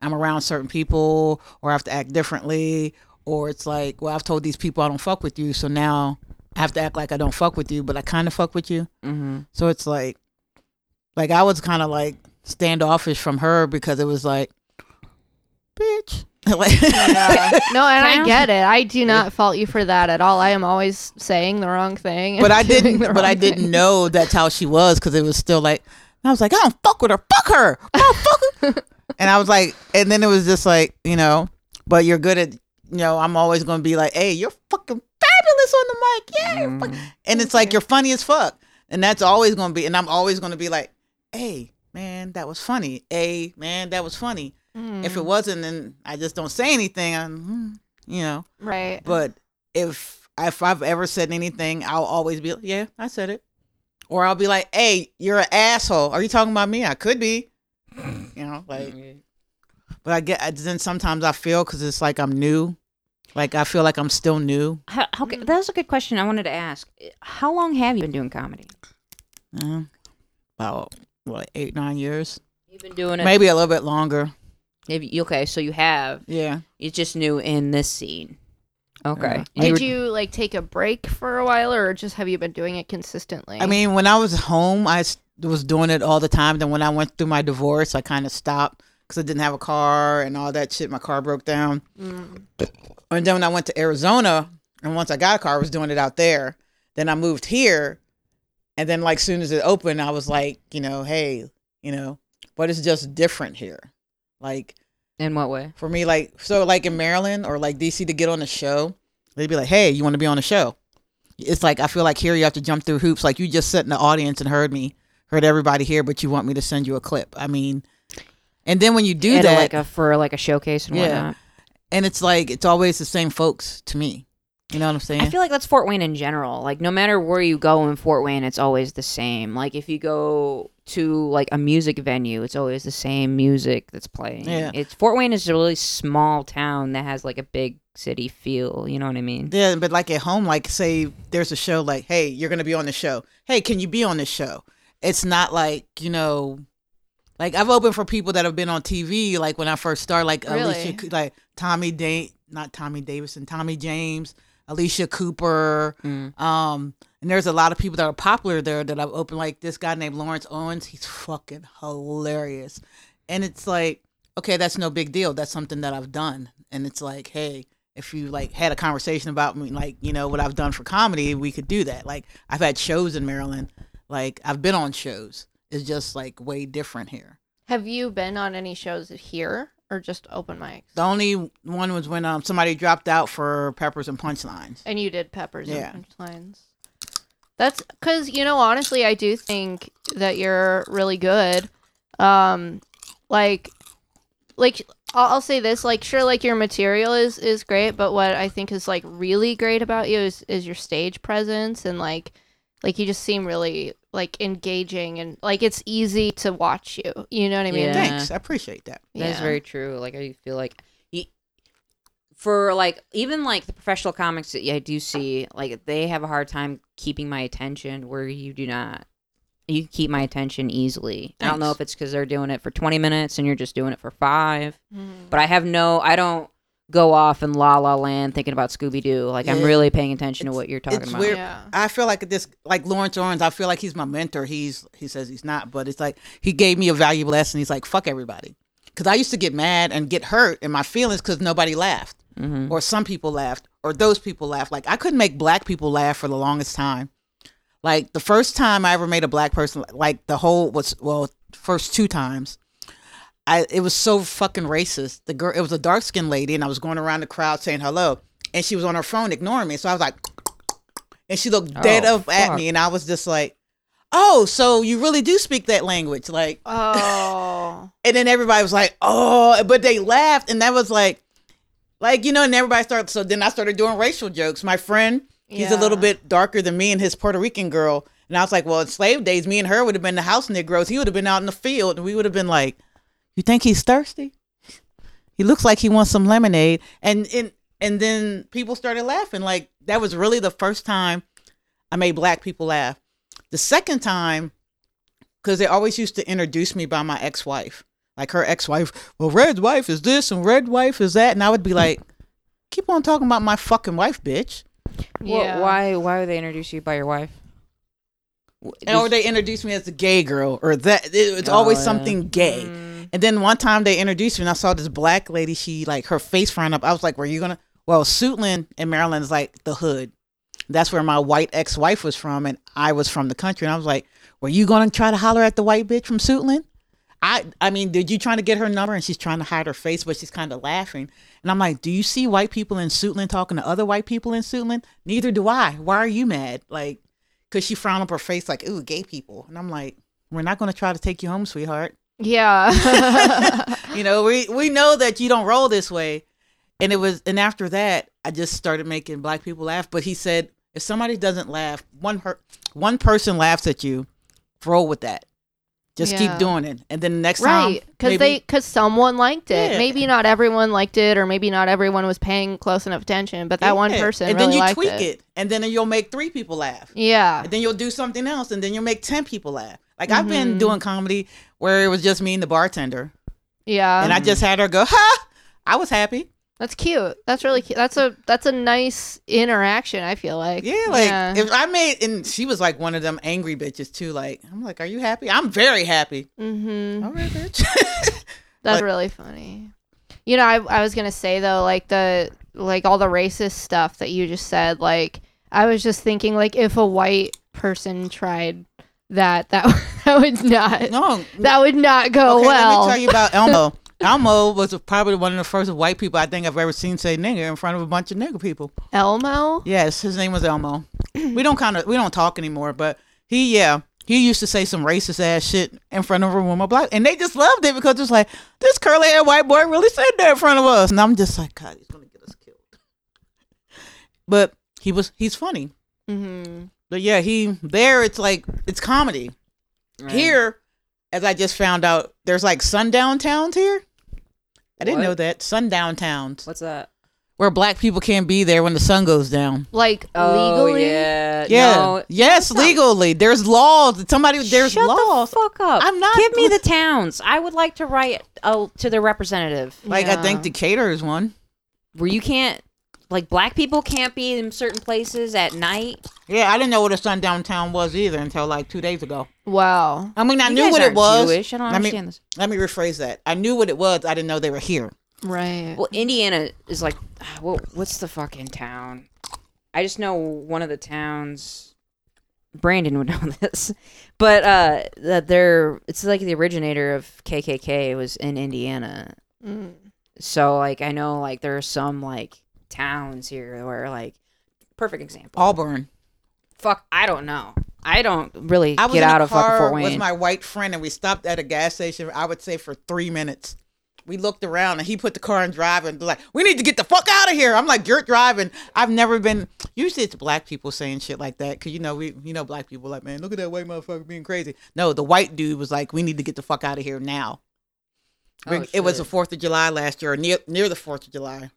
C: I'm around certain people or I have to act differently or it's like, well, I've told these people I don't fuck with you, so now I have to act like I don't fuck with you, but I kind of fuck with you.
D: mm-hmm.
C: So it's like, like I was kind of like standoffish from her because it was like, bitch. Like-
B: No, and
D: Can I
B: I get it. I do not fault you for that at all. I am always saying the wrong thing. and
C: but I
B: doing
C: didn't,
B: the
C: but I
B: wrong
C: didn't
B: thing.
C: know that's how she was because it was still like, I was like, I don't fuck with her, fuck her, fuck, fuck her. and I was like, and then it was just like, you know, but you're good at, you know, I'm always gonna be like, hey, you're fucking fabulous on the mic, yeah, you're
B: Mm-hmm.
C: fuck-" and it's like you're funny as fuck, and that's always gonna be, and I'm always gonna be like, hey, man, that was funny, hey, man, that was funny. If
B: Mm-hmm.
C: it wasn't, then I just don't say anything. I'm, "Hmm," you know,
B: Right.
C: but if if I've ever said anything, I'll always be like, yeah, I said it. Or I'll be like, hey, you're an asshole. Are you talking about me? I could be. You know, like, but I get, I- then sometimes I feel because it's like I'm new. Like, I feel like I'm still new.
D: How, how, ca- that was a good question I wanted to ask. How long have you been doing comedy?
C: Uh, about, what, eight, nine years?
D: You've been doing it.
C: Maybe a little bit longer.
D: Maybe okay, so you have.
C: Yeah.
D: It's just new in this scene. Okay. And
B: Did
D: were-
B: you like take a break for a while, or just have you been doing it consistently?
C: I mean, when I was home, I s- was doing it all the time. Then when I went through my divorce, I kind of stopped because I didn't have a car and all that shit. My car broke down.
B: Mm.
C: And then when I went to Arizona, and once I got a car, I was doing it out there. Then I moved here, and then like soon as it opened, I was like, you know, hey, you know, but it's just different here. Like
D: in what way?
C: for me, like so, like in Maryland or like DC to get on a show, they'd be like, hey, you want to be on a show? It's like I feel like here you have to jump through hoops. Like you just sat in the audience and heard me, heard everybody here, but you want me to send you a clip. I mean, and then when you do
D: At a,
C: that,
D: like a for like a showcase and
C: Yeah.
D: whatnot.
C: and it's like it's always the same folks to me. You know what I'm saying?
D: I feel like that's Fort Wayne in general. Like no matter where you go in Fort Wayne, it's always the same. Like if you go to like a music venue, it's always the same music that's playing.
C: Yeah.
D: It's Fort Wayne is a really small town that has like a big city feel, you know what I mean?
C: Yeah, but like at home, like say there's a show, like, hey, you're gonna be on the show. Hey, can you be on this show? It's not like you know, like I've opened for people that have been on TV. Like when I first started, like
B: Really?
C: Alicia, Coo- like Tommy Day, not Tommy Davidson, Tommy James, Alicia Cooper.
D: Mm.
C: Um, and there's a lot of people that are popular there that I've opened. Like this guy named Lawrence Owens, he's fucking hilarious, and it's like, okay, that's no big deal. That's something that I've done, and it's like, hey, if you like had a conversation about me, like you know what I've done for comedy, we could do that. Like I've had shows in Maryland, like I've been on shows. It's just like way different here.
B: have you been on any shows here, or just open mics?
C: The only one was when um somebody dropped out for Peppers and Punchlines.
B: And you did peppers
C: Yeah.
B: and punchlines. That's because you know, honestly, I do think that you're really good. Um, like, like I'll, I'll say this: like, sure, like your material is is great, but what I think is like really great about you is is your stage presence and like, like you just seem really like engaging and like it's easy to watch you. You know what I mean?
D: Yeah.
C: Thanks, I appreciate that.
D: That's
B: Yeah.
D: very true. Like I feel like y- for like even like the professional comics that I do see, like they have a hard time keeping my attention where you do not. You keep my attention easily. I don't know
C: Thanks.
D: if it's because they're doing it for 20 minutes and you're just doing it for five,
B: Mhm.
D: but I have no, I don't go off in La La Land thinking about Scooby Doo. Like I'm
C: Yeah.
D: really paying attention to
C: It's-
D: what you're talking
C: it's
D: about.
C: weird.
B: Yeah.
C: I feel like this, like Lawrence Owens. I feel like he's my mentor. He's he says he's not, but it's like he gave me a valuable lesson. He's like fuck everybody, because I used to get mad and get hurt in my feelings because nobody laughed, or some people laughed, or those people laughed. Like I couldn't make black people laugh for the longest time. Like the first time I ever made a black person, like the whole was well, first two times, I it was so fucking racist. The girl, it was a dark skinned lady, and I was going around the crowd saying hello, and she was on her phone ignoring me. So I was like, and she looked dead
D: Oh,
C: up at
D: fuck.
C: me, and I was just like, oh, so you really do speak that language, like.
B: Oh.
C: And then everybody was like, oh, but they laughed, and that was like, like you know, and everybody started. So then I started doing racial jokes. My friend, he's a little
B: Yeah.
C: bit darker than me, and his Puerto Rican girl. And I was like, well, in slave days, me and her would have been the house Negroes. He would have been out in the field, and we would have been like, you think he's thirsty? He looks like he wants some lemonade. And and and then people started laughing. Like that was really the first time I made black people laugh. The second time, because they always used to introduce me by my ex-wife. Like her ex-wife, well, red wife is this and red wife is that. And I would be like, keep on talking about my fucking wife, bitch.
D: Wha-
B: Yeah.
D: why? Why would they introduce you by your wife? W-
C: And or
D: did-
C: they introduced me as the gay girl or that. it- it's
D: Oh,
C: always
D: yeah. Mm,
C: something gay. And then one time they introduced me and I saw this black lady. She like her face frying up. I was like, were you going to? Well, Suitland in Maryland is like the hood. That's where my white ex-wife was from. And I was from the country. And I was like, were you going to try to holler at the white bitch from Suitland? I, I mean, did you trying to get her number? And she's trying to hide her face, but she's kind of laughing. And I'm like, do you see white people in Suitland talking to other white people in Suitland? Neither do I. Why are you mad? Like, because she frowned up her face like, ooh, gay people. And I'm like, we're not going to try to take you home, sweetheart.
B: Yeah.
C: You know, we, we know that you don't roll this way. And it was, and after that, I just started making black people laugh. But he said, if somebody doesn't laugh, one per- one person laughs at you, roll with that. Just
B: Yeah.
C: keep doing it. And then the next time,
B: right because
C: maybe-
B: they because someone liked it
C: Yeah.
B: maybe not everyone liked it or maybe not everyone was paying close enough attention but that one
C: Yeah.
B: person
C: and
B: really
C: then you
B: liked
C: tweak
B: it.
C: it. and then you'll make three people laugh
B: yeah
C: and then you'll do something else and then you'll make 10 people laugh like i've been
B: Mhm.
C: doing comedy where it was just me and the bartender
B: yeah
C: and i just had her go ha i was happy
B: that's cute that's really cute that's a that's a nice interaction i feel like
C: yeah like if i made and she was like one of them angry bitches too like i'm like are you happy i'm very happy
B: mm-hmm.
C: all right bitch
B: That's
C: Oh, Like-
B: really funny. You know, I, I was gonna say though, like the like all the racist stuff that you just said, like I was just thinking like if a white person tried that, that that would not
C: no
B: that would not go
C: okay,
B: well.
C: let me tell you about elmo elmo was probably one of the first white people i think i've ever seen say nigger in front of a bunch of nigger people
B: Elmo?
C: Yes, his name was Elmo. we don't kind of we don't talk anymore, but he yeah he used to say some racist ass shit in front of a room of black, and they just loved it because it's like this curly haired white boy really said that in front of us, and I'm just like God, he's gonna get us killed. But he was he's funny,
B: Mm-hmm.
C: but yeah he there it's like it's comedy
D: Right.
C: here. As I just found out, there's like sundown towns here. I didn't
D: What?
C: know that sundown towns
D: What's that?
C: where black people can't be there when the sun goes down.
B: Like
D: Oh,
B: legally?
D: Yeah.
C: Yeah.
D: No,
C: yes, legally. There's laws. Somebody there's
D: Shut
C: laws.
D: the fuck up.
C: I'm not-
D: Give me the towns. I would like to write uh, to the representative.
C: like I think
B: Yeah.
C: Decatur is one.
D: where you can't like black people can't be in certain places at night.
C: Yeah, I didn't know what a sundown town was either until like two days ago.
B: Wow.
C: I mean, I
D: You
C: knew
D: guys
C: what it
D: aren't
C: was.
D: Jewish. I don't
C: Let me-
D: understand this.
C: Let me rephrase that. I knew what it was. I didn't know they were here.
B: Right.
D: Well, Indiana is like, ah, what, what's the fucking town? I just know one of the towns. Brandon would know this, but uh, that they're it's like the originator of KKK was in Indiana.
B: Mm.
D: So like I know like there are some like towns here where like perfect example.
C: Auburn.
D: Fuck, I don't know. I don't really
C: I was
D: get
C: in
D: out
C: a
D: of fucking
C: car
D: Fort Wayne.
C: with my white friend, and we stopped at a gas station. I would say for three minutes. We looked around, and he put the car in drive, and like, we need to get the fuck out of here. I'm like, you're driving. I've never been. Usually, it's black people saying shit like that, cause you know we, you know, black people like, man, look at that white motherfucker being crazy. No, the white dude was like, we need to get the fuck out of here now.
D: Oh,
C: We- it was the
D: shit.
C: Fourth of July last year, or near near the Fourth of July,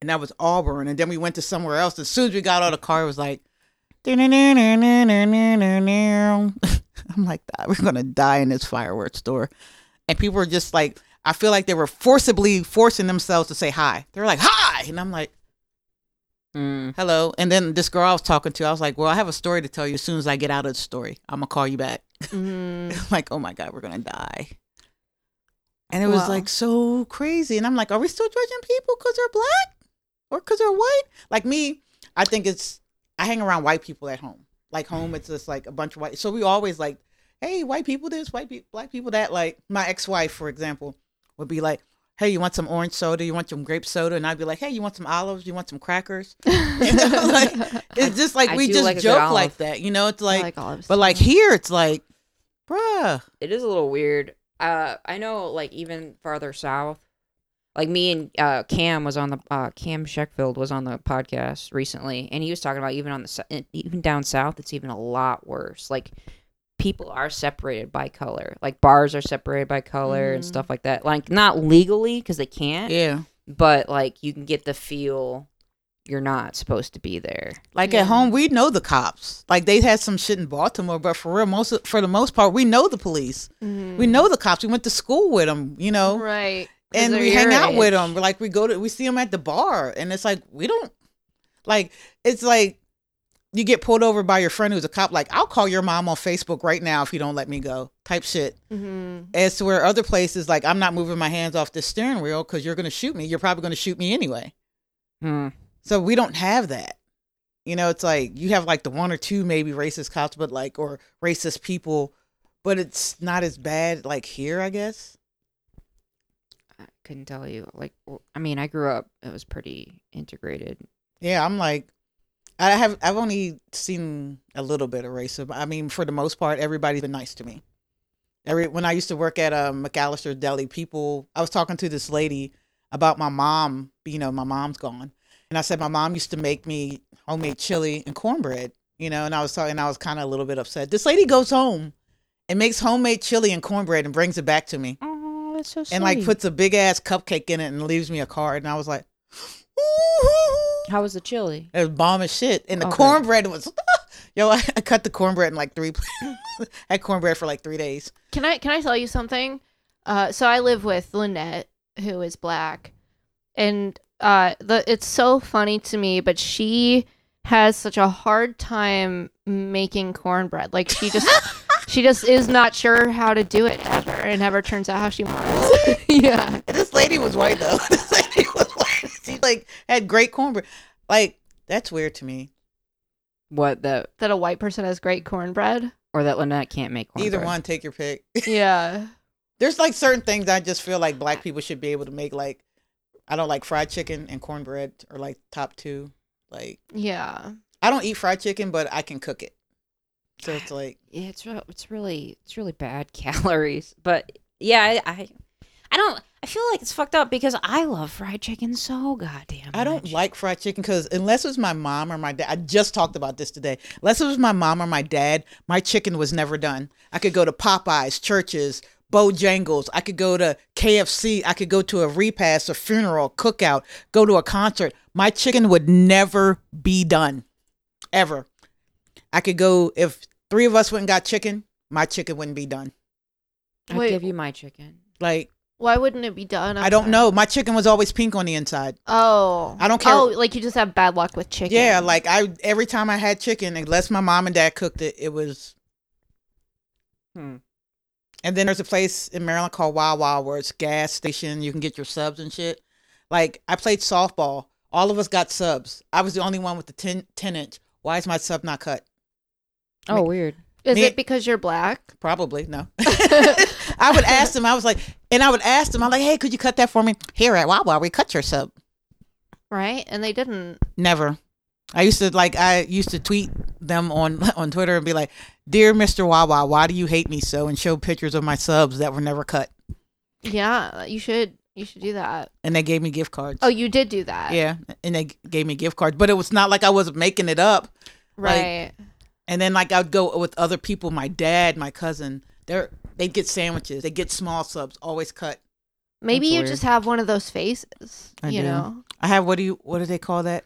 C: and that was Auburn. And then we went to somewhere else. As soon as we got out of the car, it was like, "Du-nu-nu-nu-nu-nu-nu-nu." I'm like, "God, we're gonna die in this fireworks store. And people were just like, I feel like they were forcibly forcing themselves to say hi. They're like, hi. And I'm like,
D: Mm.
C: hello. And then this girl I was talking to, I was like, well, I have a story to tell you as soon as I get out of the story. I'm going to call you back.
B: Mm.
C: like, oh my God, we're going to die. And it was
B: Wow.
C: like so crazy. And I'm like, are we still judging people because they're black or because they're white? Like me, I think it's, I hang around white people at home. Like home, it's just like a bunch of white. So we always like, hey, white people this, white people, black people that. Like my ex wife, for example, would be like, hey, you want some orange soda? You want some grape soda? And I'd be like, hey, you want some olives? You want some crackers? You know, like, it's just like
D: I
C: we
D: do
C: just
D: like a good
C: joke
D: olive.
C: like that. You know, it's
B: I
C: like,
B: like olives
C: but
B: too.
C: like here, it's like, bruh.
D: It is a little weird. Uh, I know, like even farther south, like me and uh, Cam was on the uh, Cam Sheckfield was on the podcast recently, and he was talking about even on the s- e, even down south, it's even a lot worse. Like people are separated by color, like bars are separated by color and
B: Mhm.
D: stuff like that. Like not legally because they can't,
C: Yeah.
D: but like you can get the feel you're not supposed to be there.
C: Like
B: Yeah.
C: at home, we know the cops. Like they had some shit in Baltimore, but for real, most for the most part, we know the police. We
B: Mhm.
C: know the cops. We went to school with them, you know,
B: right 'cause
C: and
B: they're
C: we hang
B: your
C: out with
B: age.
C: them. Like we go to, we see them at the bar, and it's like we don't, like it's like you get pulled over by your friend who's a cop. Like I'll call your mom on Facebook right now if you don't let me go. Type shit.
B: Mhm.
C: As to where other places, like I'm not moving my hands off the steering wheel because you're gonna shoot me. You're probably gonna shoot me anyway.
D: Hmm.
C: So we don't have that. You know, it's like you have like the one or two maybe racist cops, but like or racist people, but it's not as bad like here, I guess.
D: I couldn't tell you. Like, w- I mean, I grew up; it was pretty integrated.
C: Yeah, I'm like, I have I've only seen a little bit of racism. I mean, for the most part, everybody's been nice to me. Every when I used to work at um, McAllister Deli, people I was talking to this lady about my mom. You know, my mom's gone, and I said my mom used to make me homemade chili and cornbread. You know, and I was talking, I was kind of a little bit upset. This lady goes home and makes homemade chili and cornbread and brings it back to me
D: Oh, that's so sweet.
C: and like puts a big ass cupcake in it and leaves me a card. And I was like,
D: How was the chili?
C: It was bomb as shit. And the
D: Okay.
C: cornbread was, yo, I, I cut the cornbread in like three, had cornbread for like three days.
B: Can I can I tell you something? Uh, so I live with Lynette, who is black, and uh, the it's so funny to me, but she has such a hard time making cornbread. Like she just she just is not sure how to do it ever, and never turns out how she wants. yeah,
C: And this lady was white though. This lady was white. She like had great cornbread. Like, that's weird to me.
D: What that
B: that a white person has great cornbread.
D: or that Lynette can't make cornbread.
C: Either one, take your pick.
B: Yeah,
C: There's like certain things I just feel like black people should be able to make. Like, I don't like fried chicken and cornbread are like top two. Like,
B: yeah.
C: I don't eat fried chicken, but I can cook it. So it's like,
D: Yeah, it's re- it's really it's really bad calories. But yeah, I, I I don't I feel like it's fucked up because I love fried chicken so goddamn.
C: I don't
D: much.
C: like fried chicken because unless it was my mom or my dad, I just talked about this today. Unless it was my mom or my dad, my chicken was never done. I could go to Popeyes, churches, Bojangles. I could go to KFC. I could go to a repast, a funeral, cookout, go to a concert. My chicken would never be done, ever. I could go if three of us went and got chicken, my chicken wouldn't be done.
D: I
B: Wait.
D: give you my chicken.
C: Like
B: Why wouldn't it be done? I'm
C: I don't
B: sorry.
C: know, my chicken was always pink on the inside.
B: Oh,
C: I don't care-
B: Oh, like you just have bad luck with chicken.
C: Yeah, like I every time I had chicken, unless my mom and dad cooked it, it was.
D: Hmm.
C: And then there's a place in Maryland called Wawa where it's gas station. You can get your subs and shit. Like I played softball. All of us got subs. I was the only one with the 10, 10 inch. Why is my sub not cut?
D: Oh, weird.
B: is
C: me-
B: it because you're black?
C: Probably no. I would ask them. I was like, and I would ask them. I'm like, hey, could you cut that for me? Here at Wawa, we cut your sub.
B: Right, and they didn't.
C: Never. I used to like I used to tweet them on on Twitter and be like, "Dear Mr. Wawa, why do you hate me so?" and show pictures of my subs that were never cut,
B: Yeah, you should. You should do that.
C: and they gave me gift cards.
B: Oh, you did do that.
C: yeah, and they gave me gift cards, but it was not like I was making it up.
B: Right.
C: And then like I'd go with other people, my dad, my cousin. They're they'd get sandwiches. They get small subs, always cut.
B: Maybe
D: That's
B: you
D: weird.
B: just have one of those faces.
C: I
B: you
C: do.
B: know,
C: I have what do you what do they call that?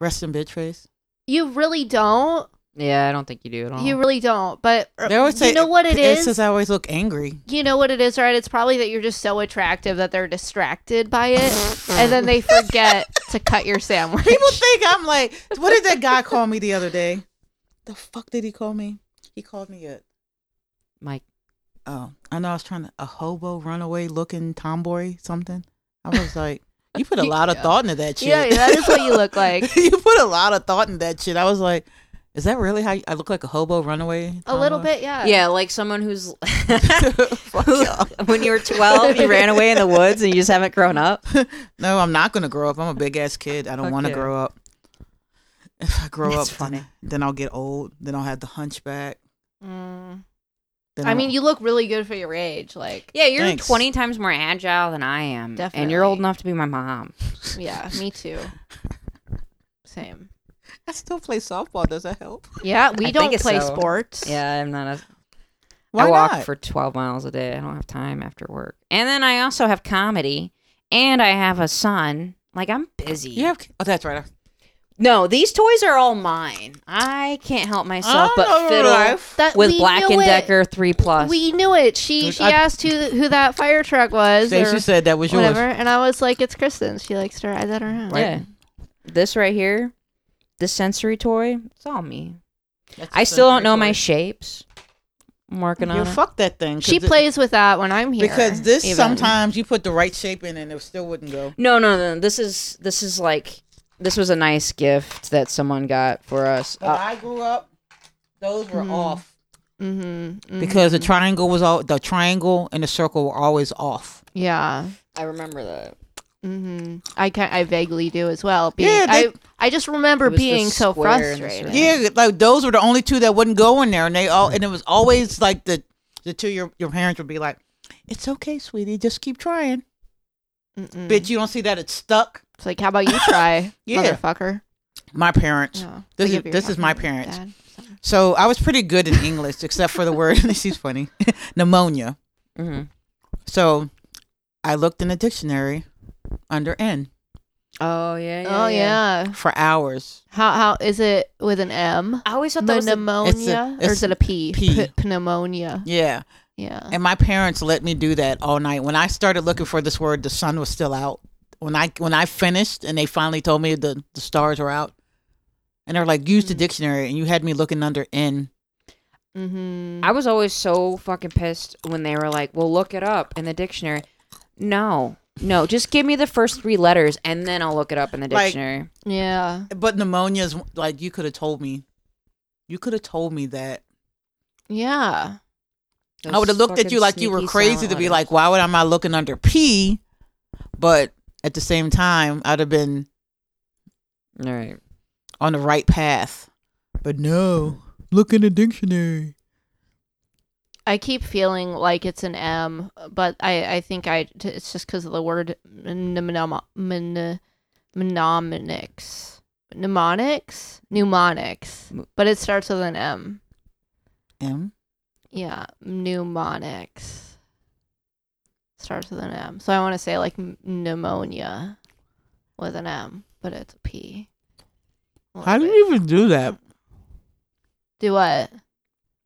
C: Rest in bitch face.
B: you really don't.
D: Yeah, I don't think you do at all.
B: You really don't. But
C: They always say
B: Uh, you know what it
C: it's
B: is.
C: just I always look angry.
B: you know what it is, right? It's probably that you're just so attractive that they're distracted by it, and then they forget to cut your sandwich.
C: People think I'm like, what did that guy call me the other day? The fuck did he call me? He called me a
D: Mike.
C: oh, I know I was trying to a hobo runaway looking tomboy something. I was like, you put a lot of
B: Yeah.
C: thought into that shit.
B: yeah, that is what you look like.
C: you put a lot of thought in that shit. I was like, is that really how you, I look like a hobo runaway?
B: A little
C: tomboy?
B: bit, yeah.
D: Yeah, like someone who's
C: Fuck y'all.
D: when you were 12, you ran away in the woods and you just haven't grown up.
C: No, I'm not gonna grow up. I'm a big ass kid. I don't
D: Fuck
C: want to
D: yeah.
C: grow up. If I grow
D: That's
C: up,
D: funny.
C: Then, then I'll get old. Then I'll have the hunchback.
B: Mm.
C: Then
B: I
C: I'll-
B: mean, you look really good for your age. Like,
D: Yeah, you're
C: Thanks.
D: 20 times more agile than I am. And you're
B: Definitely.
D: old enough to be my mom.
B: yeah, me too. Same.
C: I still play softball. Does that help?
B: Yeah, we
D: think
B: don't
D: it's
B: play
D: so.
B: sports.
D: Yeah, I'm not a.
C: Why
D: I walk
C: not?
D: for 12 miles a day. I don't have time after work. And then I also have comedy and I have a son. Like I'm busy.
C: you have. Oh, that's right.
D: No, these toys are all mine. I can't help myself
C: I
D: but
C: don't know
D: fiddle
C: life.
B: That-
D: with
B: we
D: Black
B: knew
D: and
B: it.
D: Decker 3 plus.
B: We knew it. She she
C: I-
B: asked who who that fire truck was
C: Stacy
B: or
C: said that was yours.
B: whatever, and I was like, "It's Kristen's. She likes to ride that around."
D: Yeah. This right here, this sensory toy, it's all me.
C: That's
D: I
C: a
D: still don't know
C: sensory
D: my
C: choice.
D: shapes. I'm working
C: You
D: on it.
C: fuck that thing. 'cause
B: She
C: it-
B: plays with that when I'm here.
C: because this
B: even.
C: sometimes you put the right shape in and it still wouldn't go.
D: No, no, no. This is this is like this was a nice gift that someone got for us.
C: When
D: Uh,
C: I grew up, those were off
B: Mhm,
D: Mm-hmm.
B: mhm.
C: Hmm. because the triangle was all the triangle and the circle were always off.
B: yeah,
D: I remember that.
B: hmm I can I vaguely do as well. Being,
C: Yeah, they-
B: I I just remember
D: It was the
B: being so
D: square and the
B: frustrated.
D: circle.
C: Yeah, like those were the only two that wouldn't go in there, and they all and it was always like the the two your your parents would be like, "It's okay, sweetie, just keep trying."
D: Mm-hmm.
B: Mm-mm.
C: Bitch, you don't see that it's stuck.
B: It's like, how about you try,
C: Yeah.
B: motherfucker?
C: My parents.
B: No.
C: This
B: Like,
C: is-
B: if you're
C: this is
B: talking
C: my
B: to your
C: parents.
B: dad, something.
C: So I was pretty good in English, except for the word. She's funny. Pneumonia.
D: hmm
C: So I looked in the dictionary under N
D: Oh yeah, yeah.
B: oh yeah.
C: for hours.
B: How how is it with an M?
D: I always thought that was the,
B: Pneumonia, or
C: it's
B: is it a P?
C: P.
B: pneumonia.
C: Yeah.
B: Yeah.
C: And my parents let me do that all night. When I started looking for this word, the sun was still out. When I when I finished and they finally told me the, the stars were out. And they're like, use the dictionary and you had me looking under N.
B: Mm-hmm.
D: I was always so fucking pissed when they were like, "Well, look it up in the dictionary." No, no, just give me the first three letters and then I'll look it up in the
C: Like-
D: dictionary.
B: Yeah.
C: But pneumonia is like you could have told me. You could have told me that.
B: Yeah.
D: Those
C: I would have looked at
D: fucking
C: you like you were
D: sneaky
C: crazy
D: silent
C: to be
D: letters.
C: like, why would am I looking under P? But at the same time, I'd have been
D: All right.
C: on the right path. But no, look in the dictionary.
B: I keep feeling like it's an M, but I, I think I t- it's just because of the word mnem- mnem- mnemonics, mnemonics, mnemonics, but it starts with an M.
C: M.
B: Yeah, mnemonics starts with an M. So I want to say like m- pneumonia with an M, but it's a P. A little
C: How do
B: bit.
C: you even do that?
B: do what?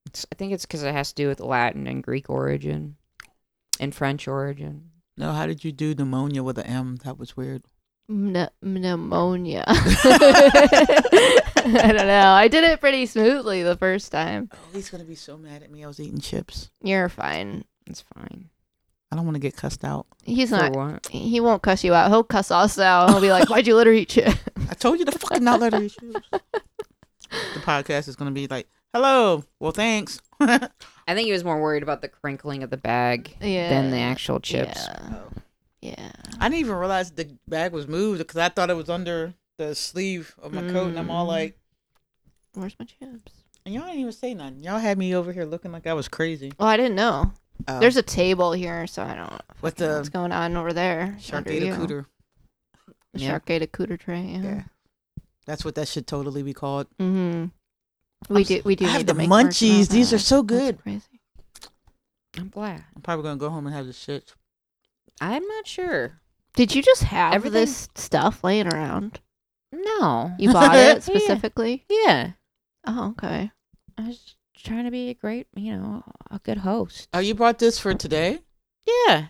D: It's- I think it's because it has to do with Latin and Greek origin and French origin.
C: No, how did you do pneumonia with an M? That was weird.
B: Mne- pneumonia. I don't know. I did it pretty smoothly the first time.
C: Oh, he's gonna be so mad at me. I was eating chips.
B: You're fine.
D: It's fine.
C: I don't want to get cussed out.
B: He's
D: For
B: not.
D: what?
B: He won't cuss you out. He'll cuss us out. He'll be like, "Why'd you let her eat you?"
C: I told you to fucking not let her eat chips. The podcast is gonna be like, "Hello, well, thanks."
D: I think he was more worried about the crinkling of the bag
B: Yeah.
D: than the actual chips.
B: Yeah.
C: Oh.
B: Yeah.
C: I didn't even realize the bag was moved because I thought it was under the sleeve of my coat, and I'm all
B: Mm.
C: like,
B: Where's my chips?
C: and y'all didn't even say nothing. Y'all had me over here looking like I was crazy.
B: Oh, I didn't know.
C: Oh.
B: There's a table here, so I don't know what's
C: with the
B: going on over there. under you.
C: Sharknado Cooter.
B: The
D: Yeah.
B: Sharknado cooter tray. Yeah.
C: Yeah. That's what that should totally be called.
B: hmm We
C: I'm
B: do. We do.
C: I have
B: need to
C: the
B: make merch about
C: munchies. These
B: that.
C: are so
B: That's
C: good.
B: crazy.
D: I'm glad.
C: I'm probably gonna go home and have this shit.
D: I'm not sure.
B: Did you just have
D: Everything-
B: this stuff laying around?
D: No.
B: You bought it
D: Yeah.
B: specifically?
D: Yeah.
B: Oh, okay.
D: I was trying to be a great, you know, a good host.
C: Oh, you brought this for today?
D: Yeah.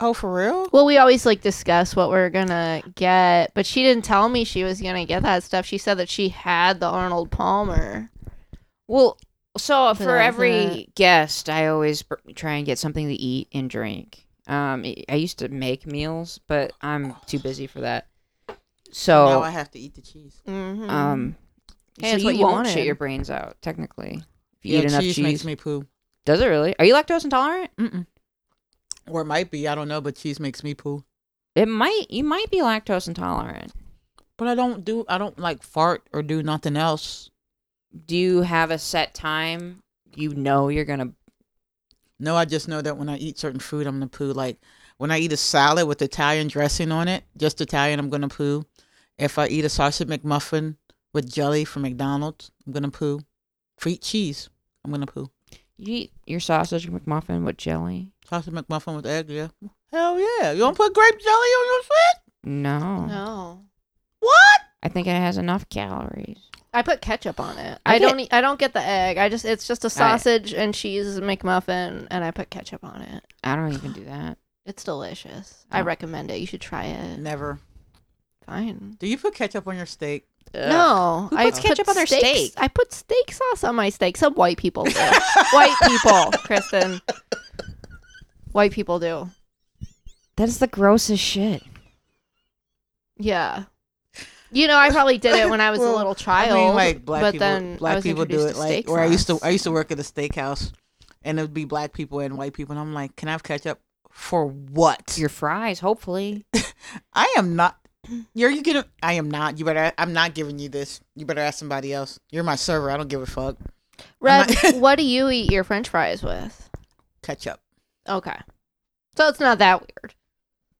C: Oh, for real?
B: Well, we always like discuss what we're gonna get, but she didn't tell me she was gonna get that stuff. She said that she had the Arnold Palmer.
D: Well, so
B: So
D: for
B: that's
D: every guest, I always br- try and get something to eat and drink. Um, I- I used to make meals, but I'm too busy for that.
C: Now
D: So,
C: I have to eat the cheese.
B: Mm-hmm.
D: um,
B: Hey,
D: so
B: it's
D: you,
B: what you
D: won't
B: wanted.
D: shit your brains out technically if you
C: Yeah,
D: eat enough cheese.
C: cheese makes me poo.
D: Does it really? Are you lactose intolerant?
C: Mm-mm. Or it might be. I don't know, but cheese makes me poo.
D: It might. You might be lactose intolerant.
C: But I don't do, I don't like fart or do nothing else.
D: Do you have a set time? You know you're gonna.
C: No, I just know that when I eat certain food, I'm going to poo. Like when I eat a salad with Italian dressing on it, just Italian, I'm going to poo. If I eat a sausage McMuffin with jelly from McDonald's, I'm going to poo. If I eat cheese, I'm going to poo.
D: You eat your sausage McMuffin with jelly?
C: Sausage McMuffin with egg, yeah. Hell yeah. You don't put grape jelly on your shit?
D: No.
B: no,
C: What?
D: I think it has enough calories.
B: I put ketchup on it.
D: I
B: I,
D: get-
B: don't. e- I don't get the egg. I just it's just a sausage and cheese McMuffin, and I put ketchup on it.
D: I don't even do that.
B: It's delicious. I
D: Oh.
B: recommend it. You should try it.
C: Never.
B: Fine.
C: Do you put ketchup on your steak?
B: No,
D: Who
B: I
D: puts
B: put
D: ketchup on their
B: steaks-
D: steak?
B: I put steak sauce on my steak. Some white people do. white people, Kristen. White people do.
D: That is the grossest shit.
B: Yeah. You know, I probably did it when I was a
C: Well,
B: little
C: I
B: child.
C: mean, like black
B: but
C: people,
B: then I
C: black
B: was
C: people do
B: introduced
C: it.
B: to
C: Like,
B: steak
C: where I used to,
B: sauce.
C: I used to work at a steakhouse, and it would be black people and white people, and I'm like, can I have ketchup for what?
D: Your fries, hopefully.
C: I am not. You're you gonna? I am not. You better. I'm not giving you this. You better ask somebody else. You're my server. I don't give a fuck.
B: Red,
C: not-
B: what do you eat your French fries with?
C: Ketchup.
B: Okay, so it's not that weird.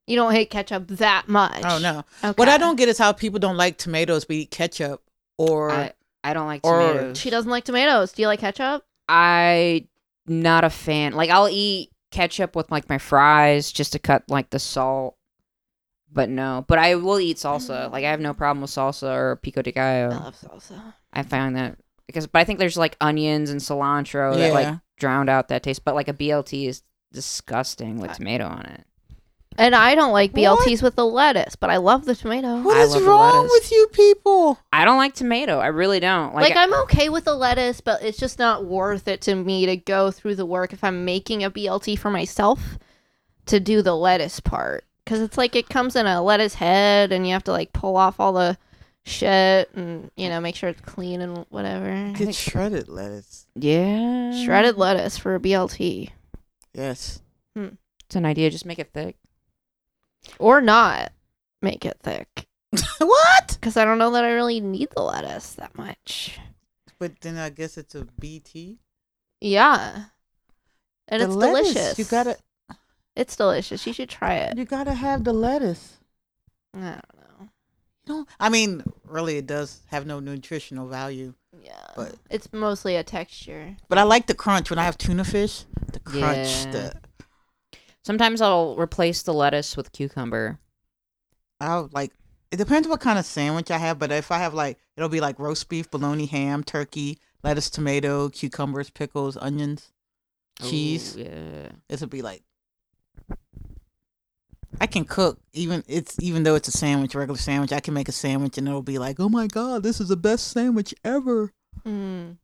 B: You don't hate ketchup that much.
C: Oh no.
B: Okay.
C: What I don't get is how people don't like tomatoes, but eat ketchup. Or
D: I, I don't like
C: or-
D: tomatoes.
B: She doesn't like tomatoes. Do you like ketchup?
D: I not a fan. Like I'll eat ketchup with like my fries just to cut like the salt. But no. But I will eat salsa. Like I have no problem with salsa or pico de gallo.
B: I love salsa.
D: I find that because but I think there's like onions and cilantro that
C: Yeah.
D: like drowned out that taste. But like a BLT is disgusting with
B: I-
D: tomato on it.
B: And I don't like
C: What?
B: BLTs with the lettuce, but I love the tomato.
C: what
D: I
C: is
D: love the
C: wrong
D: lettuce.
C: with you people?
D: I don't like tomato. I really don't.
B: Like,
D: Like,
B: I'm okay with the lettuce, but it's just not worth it to me to go through the work if I'm making a BLT for myself to do the lettuce part because it's like it comes in a lettuce head and you have to like pull off all the shit and you know make sure it's clean and whatever.
C: Get shredded lettuce.
D: yeah.
B: Shredded lettuce for a BLT
C: Yes.
D: It's an idea. Just make it thick.
B: or not make it thick
C: what?
B: because I don't know that I really need the lettuce that much.
C: But then I guess it's a BT.
B: Yeah, and
C: The
B: it's
C: lettuce,
B: delicious.
C: You gotta
B: It's delicious. You should try it.
C: you gotta have the lettuce.
B: I don't know.
C: You know, I mean, really, it does have no nutritional value.
B: Yeah.
C: But-
B: it's mostly a texture.
C: But I like the crunch when I have tuna fish. The crunch.
D: Yeah.
C: The
D: Sometimes I'll replace the lettuce with cucumber.
C: I would like. It depends what kind of sandwich I have, but if I have like, it'll be like roast beef, bologna, ham, turkey, lettuce, tomato, cucumbers, pickles, onions, cheese.
D: Ooh, yeah.
C: This would be like. I can cook even it's even though it's a sandwich, regular sandwich. I can make a sandwich and it'll be like, oh my god, this is the best sandwich ever.
B: Mm.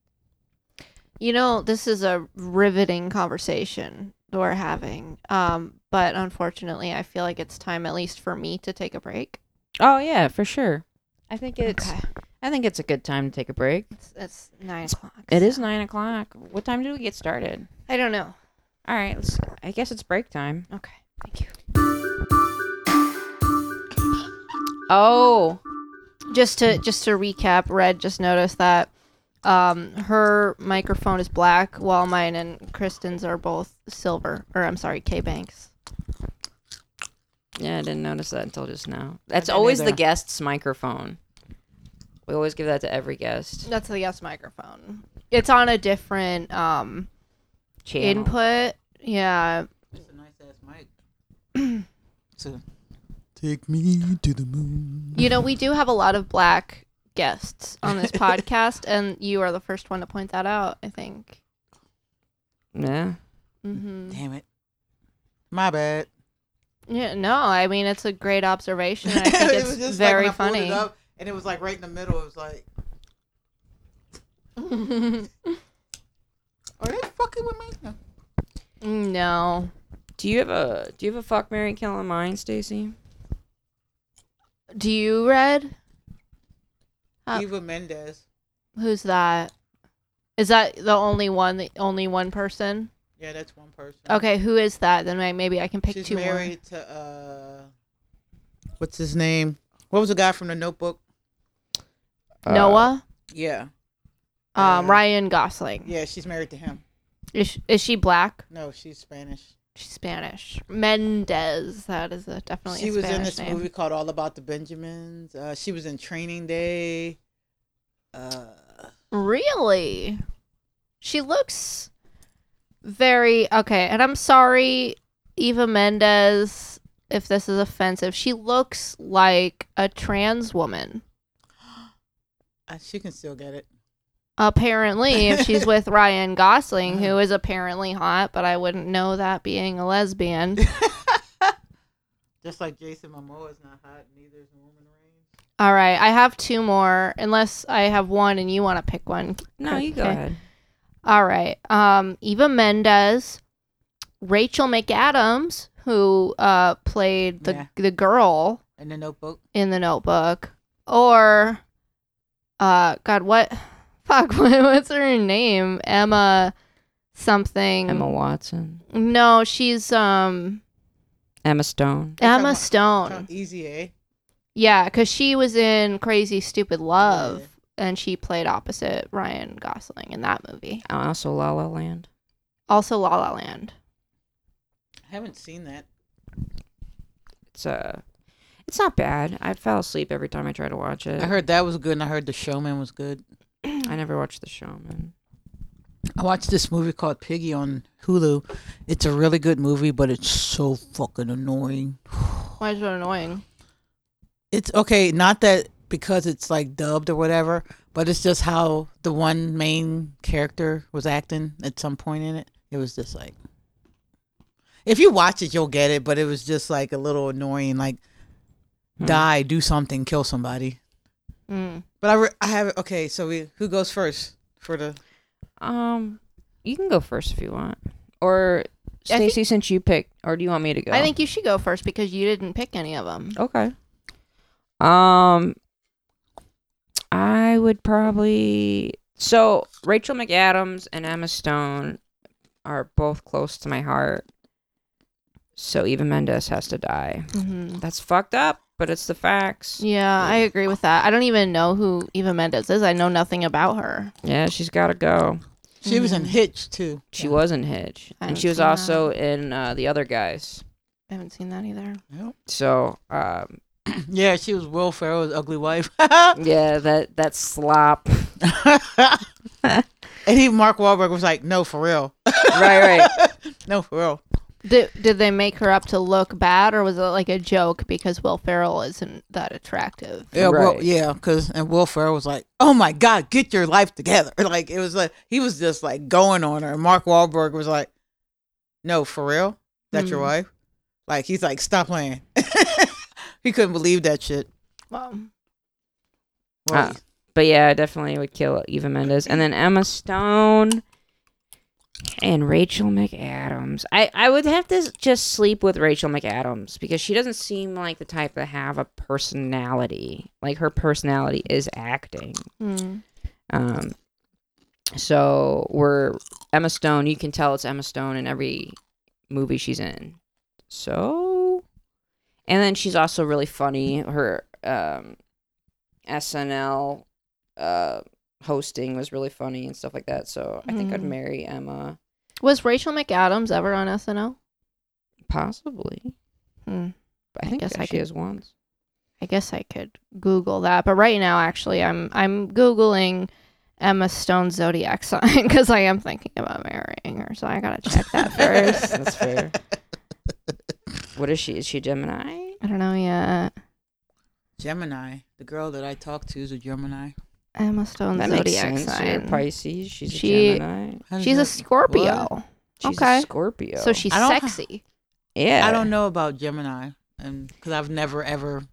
B: You know, this is a riveting conversation that we're having. Um, but unfortunately, I feel like it's time, at least for me, to take a break.
D: Oh yeah, for sure. I think it's.
B: okay.
D: I think it's a good time to take a break.
B: It's, it's nine
D: It's-
B: o'clock.
D: It is
B: so-
D: nine o'clock. What time do we get started?
B: I don't know.
D: All right. Let's, I guess it's break time.
B: Okay. Thank you.
D: Oh,
B: Just to just to recap, Red just noticed that um her microphone is black while mine and Kristen's are both silver. Or I'm sorry, K Banks.
D: yeah. I didn't notice that until just now. That's
C: didn't
D: always the
C: either.
D: guest's microphone. We always give that to every guest.
B: That's the yes microphone. It's on a different um
D: Channel.
B: input. Yeah.
C: It's a nice ass mic. so, take me to the moon.
B: You know, we do have a lot of black guests on this podcast, and you are the first one to point that out. I think.
D: Yeah.
B: hmm
C: Damn it. My bad.
B: Yeah. No, I mean it's a great observation. I think
C: It
B: it's
C: was just like when
B: very
C: I pulled it
B: funny.
C: up, and it was like right in the middle. It was like, are they fucking with me? No.
B: no.
D: Do you have a Do you have a fuck Mary kill in mind, Stacy?
B: Do you read? Uh,
C: Eva Mendez.
B: Who's that? Is that the only one? The only one person?
C: Yeah, that's one person.
B: Okay, who is that? Then I, maybe I can pick
C: She's
B: two
C: married to uh, what's his name? What was the guy from the Notebook?
B: more. Noah,
C: Yeah,
B: um,
C: uh,
B: Ryan Gosling.
C: yeah, she's married to him.
B: Is she, is she black?
C: No, she's Spanish.
B: She's Spanish. Mendez. That is a definitely.
C: she
B: a
C: was in
B: Oh, Spanish
C: this
B: name.
C: movie called All About the Benjamins. Uh, she was in Training Day. Uh,
B: Really? She looks very okay, and I'm sorry, Eva Mendes, if this is offensive. She looks like a trans woman.
C: uh, she can still get it.
B: Apparently, if she's with Ryan Gosling, who is apparently hot, but I wouldn't know that being a lesbian.
C: Just like Jason Momoa is not hot, neither is Norman Reigns.
B: All right, I have two more, unless I have one and you want to pick one.
D: No, you go
B: Okay.
D: ahead.
B: All right. Um, Eva Mendes, Rachel McAdams, who uh, played the
C: Yeah.
B: the girl
C: In the Notebook,
B: in The Notebook, or uh, God, what? Fuck, what- what's her name? Emma something.
D: Emma Watson,
B: No, she's um
D: Emma Stone.
C: You're talking
B: Emma
C: about-
B: Stone.
C: Easy A.
B: Yeah, because she was in Crazy Stupid Love,
C: Yeah.
B: and she played opposite Ryan Gosling in that movie.
D: Also, La La Land.
B: Also, La La Land.
C: I haven't seen that.
D: It's uh, it's not bad. I fell asleep every time I tried to watch it.
B: Uh-huh.
C: I heard that was good, and I heard The Showman was good.
D: I never watched The Showman.
C: I watched this movie called Piggy on Hulu. It's a really good movie, but it's so fucking annoying.
B: Why is it annoying?
C: It's okay, not that because it's like dubbed or whatever, but it's just how the one main character was acting at some point in it. It was just like if you watch it, you'll get it, but it was just like a little annoying. Like,
D: Hmm.
C: die, do something, kill somebody.
B: Mm.
C: But I, re- I have okay. So we, who goes first for the?
D: Um, you can go first if you want, or
B: I think-
D: Stacy, since you picked, or do you want me to go?
B: I think you should go first because you didn't pick any of them.
D: Okay. Um, I would probably so Rachel McAdams and Emma Stone are both close to my heart. So Eva Mendes has to die.
B: hmm
D: That's fucked up, but it's the facts.
B: Yeah, I agree with that. I don't even know who Eva Mendes is. I know nothing about her.
D: Yeah, she's got to go.
C: She was in Hitch too.
D: Hmm. She was in Hitch,
B: I
D: and
B: haven't
D: she was
B: seen that.
D: also in uh, the other guys.
B: I haven't seen that either.
C: Yep.
D: So, um,
C: Yeah, she was Will Ferrell's ugly wife.
D: yeah, that that slop.
C: and he, Mark Wahlberg, was like, "No, for real.
D: right, right.
C: No, for real."
B: Did did they make her up to look bad, or was it like a joke because Will Ferrell isn't that attractive?
C: Yeah,
D: Right.
C: well, yeah, because and Will Ferrell was like, "Oh my God, get your life together!" Like it was like he was just like going on her. And Mark Wahlberg was like, "No, for real, that's your
B: Hmm.
C: wife." Like he's like, "Stop playing." he couldn't believe that shit.
B: Well,
C: Well,
D: Ah. But yeah, I definitely would kill Eva Mendes. And then Emma Stone and Rachel McAdams. I, I would have to just sleep with Rachel McAdams because she doesn't seem like the type to have a personality. Like her personality is acting.
B: mm.
D: Um, so we're Emma Stone. You can tell it's Emma Stone in every movie she's in. So, and then she's also really funny. Her um, SNL uh, hosting was really funny and stuff like that. So I think I'd
B: Mhm.
D: marry Emma,
B: was Rachel McAdams ever on SNL?
D: possibly.
B: Hmm.
D: But I think
B: guess
D: that
B: I
D: she
B: could-
D: is once.
B: I guess I could Google that, but right now, actually, I'm I'm googling Emma Stone zodiac sign because I am thinking about marrying her, so I gotta check that first.
D: That's fair. What is she? Is she Gemini?
B: I don't know yet.
C: Gemini. The girl that I talked to is a Gemini.
B: Emma Stone
D: That makes
B: zodiac
D: sense. You're
B: sign.
D: Pisces. She's
B: She-
D: a Gemini.
C: How does
B: She's a
C: that-
B: Scorpio.
D: She's
B: Okay.
D: a Scorpio.
B: So she's
C: I don't-
B: sexy.
D: yeah.
C: I don't know about Gemini, and because I've never ever.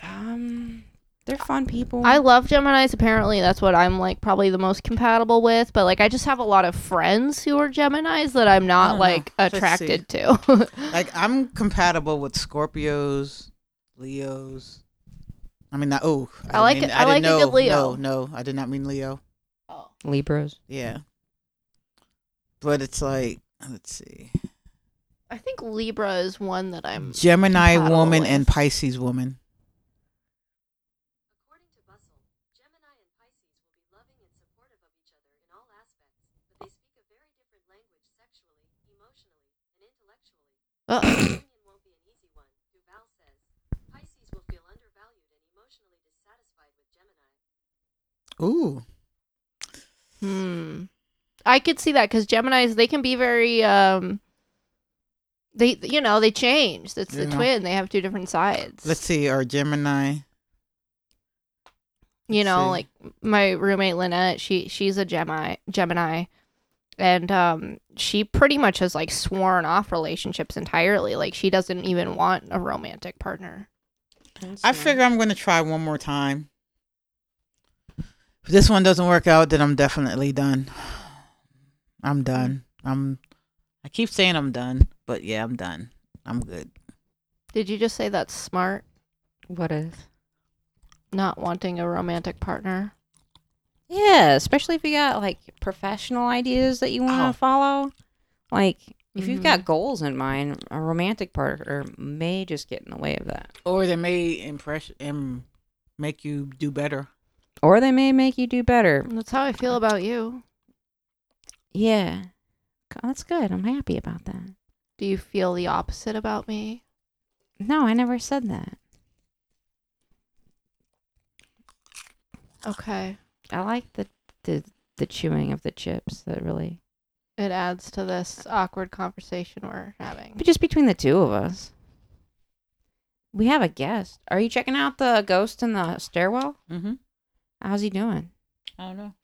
D: Um, they're fun people.
B: I love Geminis. Apparently, that's what I'm like probably the most compatible with. But like, I just have a lot of friends who are Geminis that I'm
C: don't
B: not
C: know.
B: like
C: Let's
B: attracted to.
C: Like I'm compatible with Scorpios, Leos. I mean, not, oh,
B: I like
C: didn't
B: it-
C: mean-
B: I like a
C: didn't
B: good
C: know.
B: Leo.
C: No, no, I did not mean Leo.
B: Oh,
D: Libras.
C: Yeah, but it's like let's see,
B: I think Libra is one that I'm.
C: Gemini
B: Compatible
C: woman
B: with.
C: and Pisces woman.
E: According to Bustle, Gemini and Pisces will be loving and supportive of each other in all aspects, but they speak a very different language sexually, emotionally, and intellectually.
B: Uh,
E: The union won't be an easy one, Duval says. Pisces will feel undervalued and emotionally dissatisfied with Gemini.
C: Ooh,
B: hmm. I could see that because Gemini's they can be very um. They you know they change. It's the
C: Yeah.
B: twin. They have two different sides.
C: let's see, or Gemini.
B: you
C: Let's
B: know
C: see.
B: like my roommate lynette she she's a gemini gemini and um she pretty much has like sworn off relationships entirely like she doesn't even want a romantic partner
C: I figure I'm going to try one more time. If this one doesn't work out, then I'm definitely done. I'm done. I'm. I keep saying I'm done, but yeah, I'm done. I'm good.
B: did you just say that's smart
D: What is?
B: not wanting a romantic partner
D: Yeah, especially if you got like professional ideas that you want to
C: Oh.
D: follow. Like if you've
B: Mhm.
D: got goals in mind, a romantic partner may just get in the way of that,
C: Or they may impress and make you do better.
D: or they may make you do better.
B: that's how i feel about you
D: Yeah, G- that's good. I'm happy about that.
B: do you feel the opposite about me
D: No, I never said that.
B: okay
D: I like the the the chewing of the chips. That really,
B: it adds to this awkward conversation we're having
D: but just between the two of us, we have a guest. Are you checking out the ghost in the stairwell?
C: Mm-hmm.
D: How's he doing?
C: I don't know.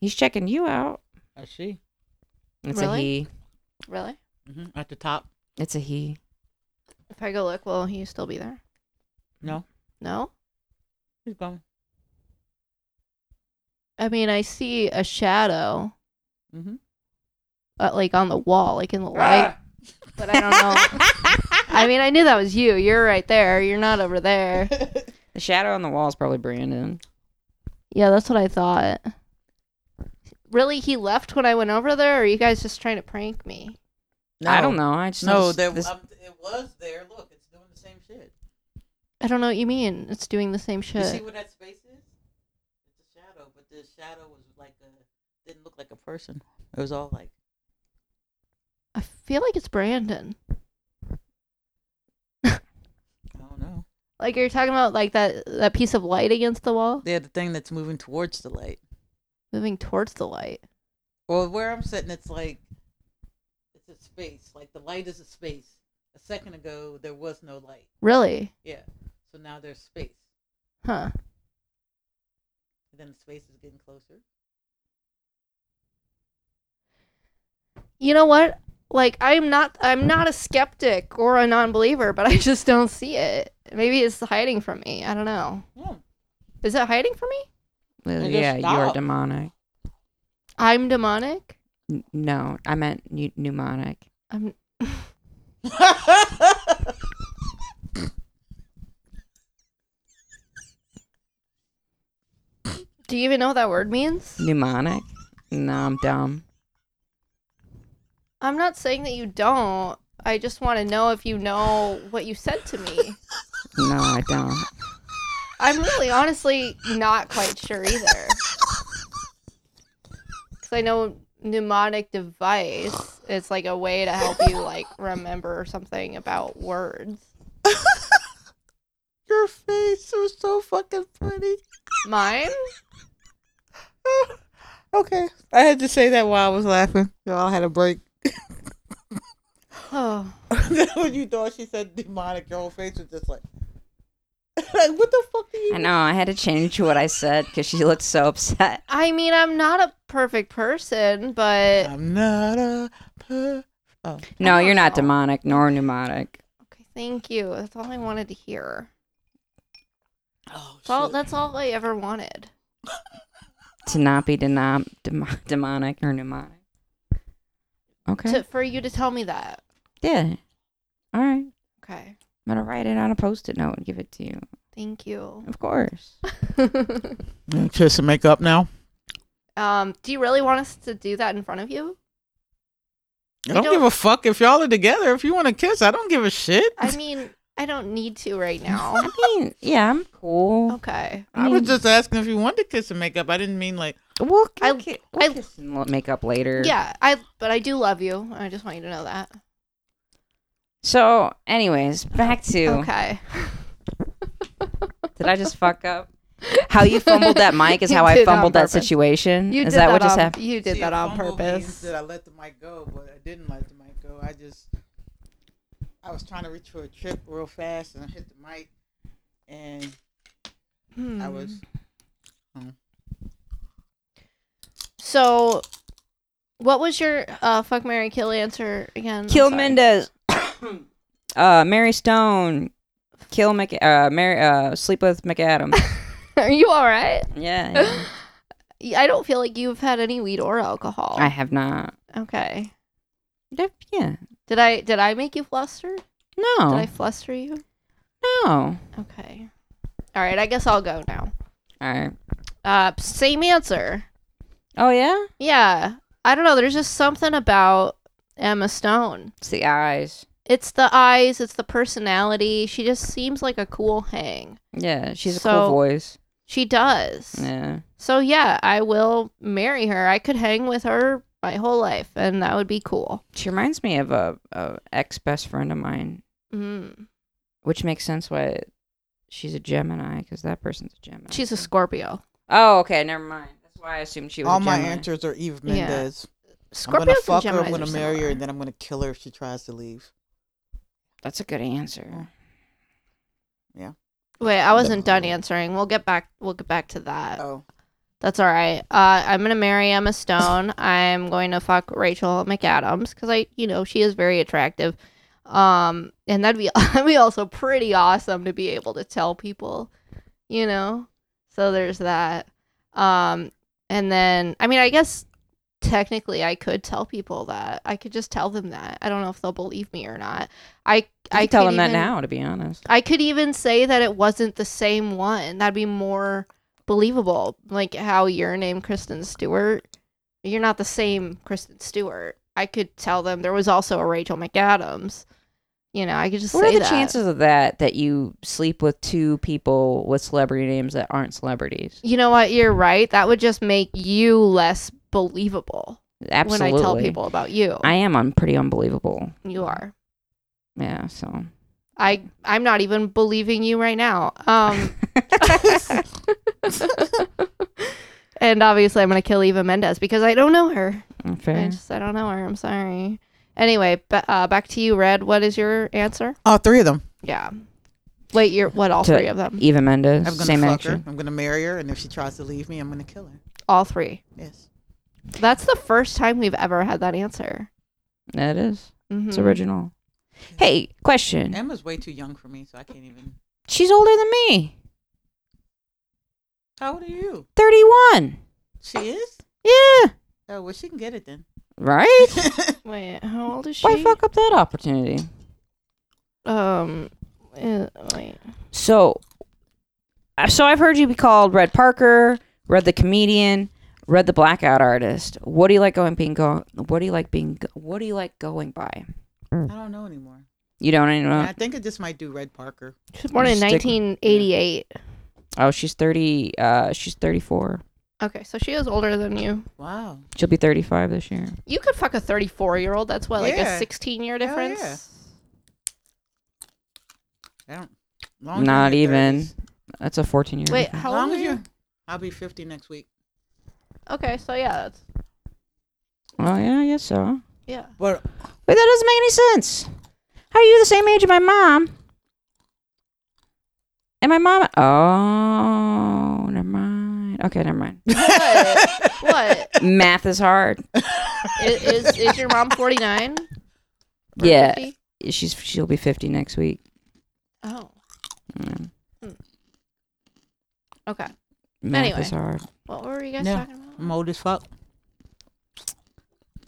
D: He's checking you out.
C: I see.
D: It's a
B: Really?
D: he.
B: really
C: hmm At the top.
D: It's a he.
B: if i go look will he still be there
C: No.
B: no
C: He's gone.
B: i mean i see a shadow
C: Mm-hmm.
B: uh, like on the wall, like in the light. But I don't know. I mean, I knew that was you. You're right there. You're not over there.
D: The shadow on the wall is probably Brandon.
B: Yeah, that's what I thought. Really, he left when I went over there. Or are you guys just trying to prank me?
D: I don't know. I just
C: No,
D: noticed
C: there,
D: this-
C: um, it was there. Look, it's doing the same shit.
B: I don't know what you mean. It's doing the same shit.
C: You see what that space is? It's a shadow, but the shadow was like a didn't look like a person. It was all like
B: I feel like it's Brandon.
C: I don't know.
B: Like you're talking about like that that piece of light against the wall,
C: They had the thing that's moving towards the light.
B: moving towards the light.
C: Well, where I'm sitting, it's like it's a space. Like the light is a space. A second ago, there was no light.
B: Really?
C: Yeah. So now there's space.
B: Huh.
C: And then the space is getting closer.
B: You know what? Like I'm not I'm not a skeptic or a non-believer, but I just don't see it. Maybe it's hiding from me. I don't know.
C: Yeah.
B: Is it hiding from me?
D: Well,
C: I just
D: uh, yeah, you are
C: stopped.
D: demonic.
B: I'm demonic.
D: N- no, I meant nu- mnemonic.
B: I'm Do you even know what that word means?
D: Mnemonic? No, I'm dumb.
B: I'm not saying that you don't. I just want to know if you know what you said to me.
D: No, I don't.
B: I'm really honestly not quite sure either. Cuz I know mnemonic device is like a way to help you like remember something about words.
C: Your face was so fucking funny.
B: Mine?
C: okay. I had to say that while I was laughing. Y'all had a break.
B: Oh.
C: when you thought she said demonic, your whole face was just like. like, what the fuck do you?
D: I know. I had to change what I said because she looked so upset.
B: I mean, I'm not a perfect person, but
C: I'm not a. Per- oh,
D: No, you're not
B: know.
D: demonic nor mnemonic.
B: okay, thank you. That's all I wanted to hear.
C: oh
B: That's all,
C: shit.
B: that's all I ever wanted.
D: To not be denom- dem- demonic or mnemonic. Okay.
B: To, for you to tell me that.
D: yeah. All right.
B: Okay,
D: I'm gonna write it on a post-it note and give it to you.
B: thank you.
D: Of course.
C: You Kiss and make up now.
B: um, do you really want us to do that in front of you?
C: I don't,
B: don't-
C: give a fuck if y'all are together. If you want to kiss, I don't give a shit.
B: I mean, I don't need to right
D: I
B: now.
D: mean, yeah, I'm cool.
B: Okay.
D: I
C: I was
D: mean-
C: just asking if you wanted to kiss and make up. I didn't mean like
D: We'll,
B: I-
D: we'll, ki- we'll
B: I-
D: kiss and we'll make up later.
B: Yeah, I but I do love you. I just want you to know that.
D: So, anyways, back to
B: Okay.
D: did I just fuck up? How you fumbled that mic is
B: You
D: how I
B: did on
D: fumbled that
B: purpose.
D: situation.
B: You
D: Mm, is
B: did
D: that, what just
B: on,
D: happened?
B: You did
C: See,
B: that
C: a
B: on
C: fumble means
B: purpose.
C: That I let the mic go, but I didn't let the mic go. I just I was trying to reach for a trip real fast, and I hit the mic, and I
B: Hmm.
C: was
B: So, what was your uh, fuck Mary kill answer again? I'm
D: Kill
B: sorry.
D: Mendez, uh, Mary Stone, kill Mc, uh, Mary, uh, sleep with McAdam.
B: Are you all right?
D: yeah, yeah.
B: Y- I don't feel like you've had any weed or alcohol.
D: I have not.
B: okay.
D: That- Yeah,
B: Did I did I make you fluster? Did I
D: no,
B: fluster you?
D: no.
B: Okay. All right. I guess I'll go now.
D: All right.
B: Uh, same answer.
D: Oh yeah,
B: Yeah. I don't know. There's just something about Emma Stone.
D: it's the eyes.
B: It's the eyes, it's the personality. She just seems like a cool hang.
D: Yeah, she's a
B: So-
D: cool voice.
B: She does.
D: Yeah,
B: So, yeah, I will marry her. I could hang with her my whole life, and that would be cool.
D: she reminds me of a, a ex best friend of mine,
B: Mm.
D: which makes sense why she's a Gemini because that person's a Gemini.
B: She's a Scorpio.
D: Oh, okay, never mind. That's why I assumed she was.
C: all
D: a
C: my
D: Gemini.
C: answers are Eve
B: Yeah.
C: Mendez. I'm
B: Scorpios
C: gonna
B: and
C: fuck her,
B: Geminis
C: I'm
B: are
C: gonna marry her,
B: similar.
C: and then I'm gonna kill her if she tries to leave.
D: That's a good answer.
B: Wait, I wasn't done answering. We'll get back. We'll get back to that.
C: Oh,
B: That's all right. Uh, I'm gonna marry Emma Stone. I'm going to fuck Rachel McAdams because I, you know, she is very attractive. Um, and that'd be that'd be also pretty awesome to be able to tell people, you know. So there's that. Um, and then I mean, I guess technically I could tell people that. I could just tell them that. I don't know if they'll believe me or not. I
D: I
B: I
D: tell
B: could
D: them that
B: even-
D: now, to be honest.
B: I could even say that it wasn't the same one. That'd be more believable. Like how you're named Kristen Stewart. You're not the same Kristen Stewart. I could tell them there was also a Rachel McAdams. You know, I could just
D: What
B: say
D: are the
B: that.
D: chances of that that you sleep with two people with celebrity names that aren't celebrities?
B: You know what? You're right. That would just make you less believable
D: Absolutely.
B: when I tell people about you.
D: I am un- pretty unbelievable.
B: you are.
D: Yeah, so
B: I I'm not even believing you right now. Um And obviously I'm going to kill Eva Mendes because I don't know her. I
D: fair.
B: just I don't know her. I'm sorry. Anyway, but uh, back to you, Red. What is your answer?
C: all three of them.
B: Yeah. Wait, your what? All
D: To-
B: three of them?
D: Eva Mendes,
C: I'm gonna
D: same
C: fuck
D: answer.
C: her. I'm gonna marry her, and if she tries to leave me, I'm gonna kill her.
B: All three.
C: Yes.
B: That's the first time we've ever had that answer.
D: That is. It's
B: Mhm.
D: original. Hey,
B: Mm.
D: question.
C: Emma's way too young for me, so I can't even.
D: She's older than me.
C: How old are you?
D: 31.
C: She is.
D: Yeah.
C: Oh well, she can get it then.
D: Right?
B: Wait, how old is she?
D: Why fuck up that opportunity?
B: Um, uh, wait.
D: So, uh, so I've heard you be called Red Parker, Red the comedian, Red the blackout artist. What do you like going being go? What do you like being? go- What do you like going by?
C: I don't know anymore.
D: You don't even
B: Uh.
C: And
D: know.
C: I think I just might do Red Parker.
B: She was born in
D: Just stick-
B: 1988.
D: Oh, she's thirty. Uh, she's thirty-four.
B: Okay, so she is older than you.
C: Wow.
D: She'll be thirty-five this year.
B: You could fuck a 34 year old. That's what, like
C: Yeah.
B: a 16 year
C: Hell yeah.
B: difference.
C: I don't. long as
D: Not
C: you're in your
D: even.
C: 30s.
D: That's a fourteen-year.
B: Wait, how
C: long
B: old are
C: as
B: you?
C: you. I'll be 50 next week.
B: Okay, so yeah, that's,
D: Oh yeah, I guess so.
B: yeah.
C: But
D: Wait, that doesn't make any sense. How are you the same age as my mom? And my mom, oh, never mind. Okay, never mind.
B: What? what?
D: Math is hard.
B: Is, is, is your mom 49? Or
D: Yeah,
B: 50?
D: she's she'll be fifty next week.
B: Oh, Hmm.
D: Mm,
B: okay.
D: Math
B: Anyway.
D: is hard.
B: What were you guys
C: Yeah.
B: talking about?
C: I'm old as fuck.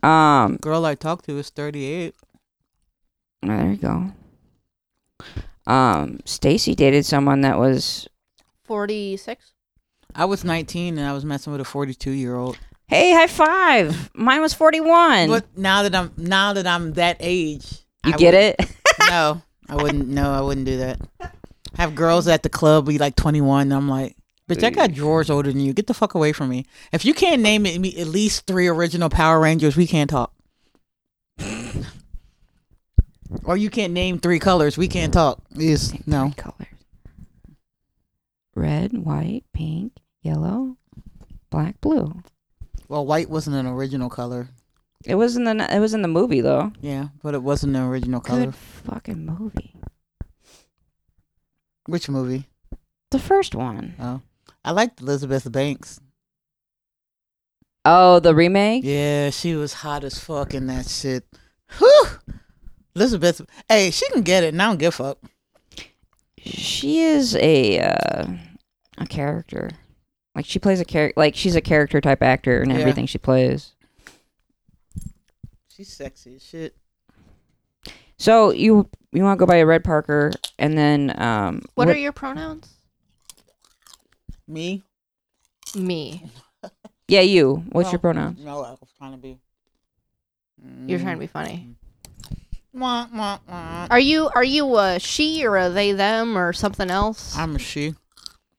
D: Um,
C: Girl I talked to is 38.
D: well, there you go. Um, Stacy dated someone that was,
B: 46?
C: I was 19 and I was messing with a 42 year old.
D: hey, high five. Mine was forty-one.
C: But now that I'm now that I'm that age,
D: you
C: I
D: get
C: would-
D: it?
C: No, I wouldn't. No, I wouldn't do that. Have girls at the club be like 21. And I'm like, bitch, I got drawers older than you. Get the fuck away from me. If you can't name it, me at least three original Power Rangers, we can't talk. or you can't name three colors, we can't talk. Is no.
D: Three colors. Red, white, pink, yellow, black, blue.
C: Well, white wasn't an original color.
D: It was in the it was in the movie though.
C: Yeah, but it wasn't an original color.
D: Good fucking movie.
C: Which movie?
D: The first one.
C: Oh, I liked Elizabeth Banks.
D: Oh, the remake?
C: Yeah, she was hot as fuck in that shit. Whew. Elizabeth, hey, she can get it, and I don't give a fuck.
D: She is a uh, a character. Like she plays a character like she's a character type actor in
C: Yeah.
D: everything she plays.
C: She's sexy as shit.
D: So you you want to go by a Red Parker and then um
B: What,
D: wh-
B: are your pronouns?
C: Me?
B: Me.
D: Yeah, you. What's your
C: Well,
D: pronoun?
C: No, I was trying to be.
D: Mm-hmm.
B: You're trying to be funny.
C: Mm. Wah, wah, wah.
B: Are you are you a she or a they them or something else?
C: I'm a she.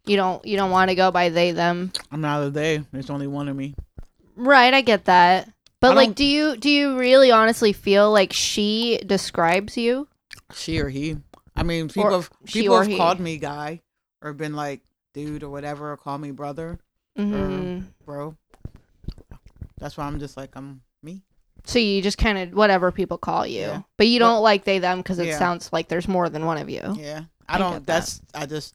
B: you don't you don't want to go by they them.
C: I'm not a they. There's only one of me.
B: Right, I get that.
C: I
B: But like
C: don't-
B: do you do you really honestly feel like she describes you?
C: She or he. I mean, people
B: Or
C: have
B: she
C: people
B: or
C: have
B: he.
C: called me guy or been like dude or whatever, or call me brother, Mm-hmm.
B: Mhm.
C: bro. That's why I'm just like I'm me.
B: So you just kind of whatever people call you.
C: Yeah.
B: But you
C: Well-
B: don't like they them cuz it
C: Yeah.
B: sounds like there's more than one of you.
C: Yeah, I,
B: Oh, I
C: don't.
B: get that.
C: That's I just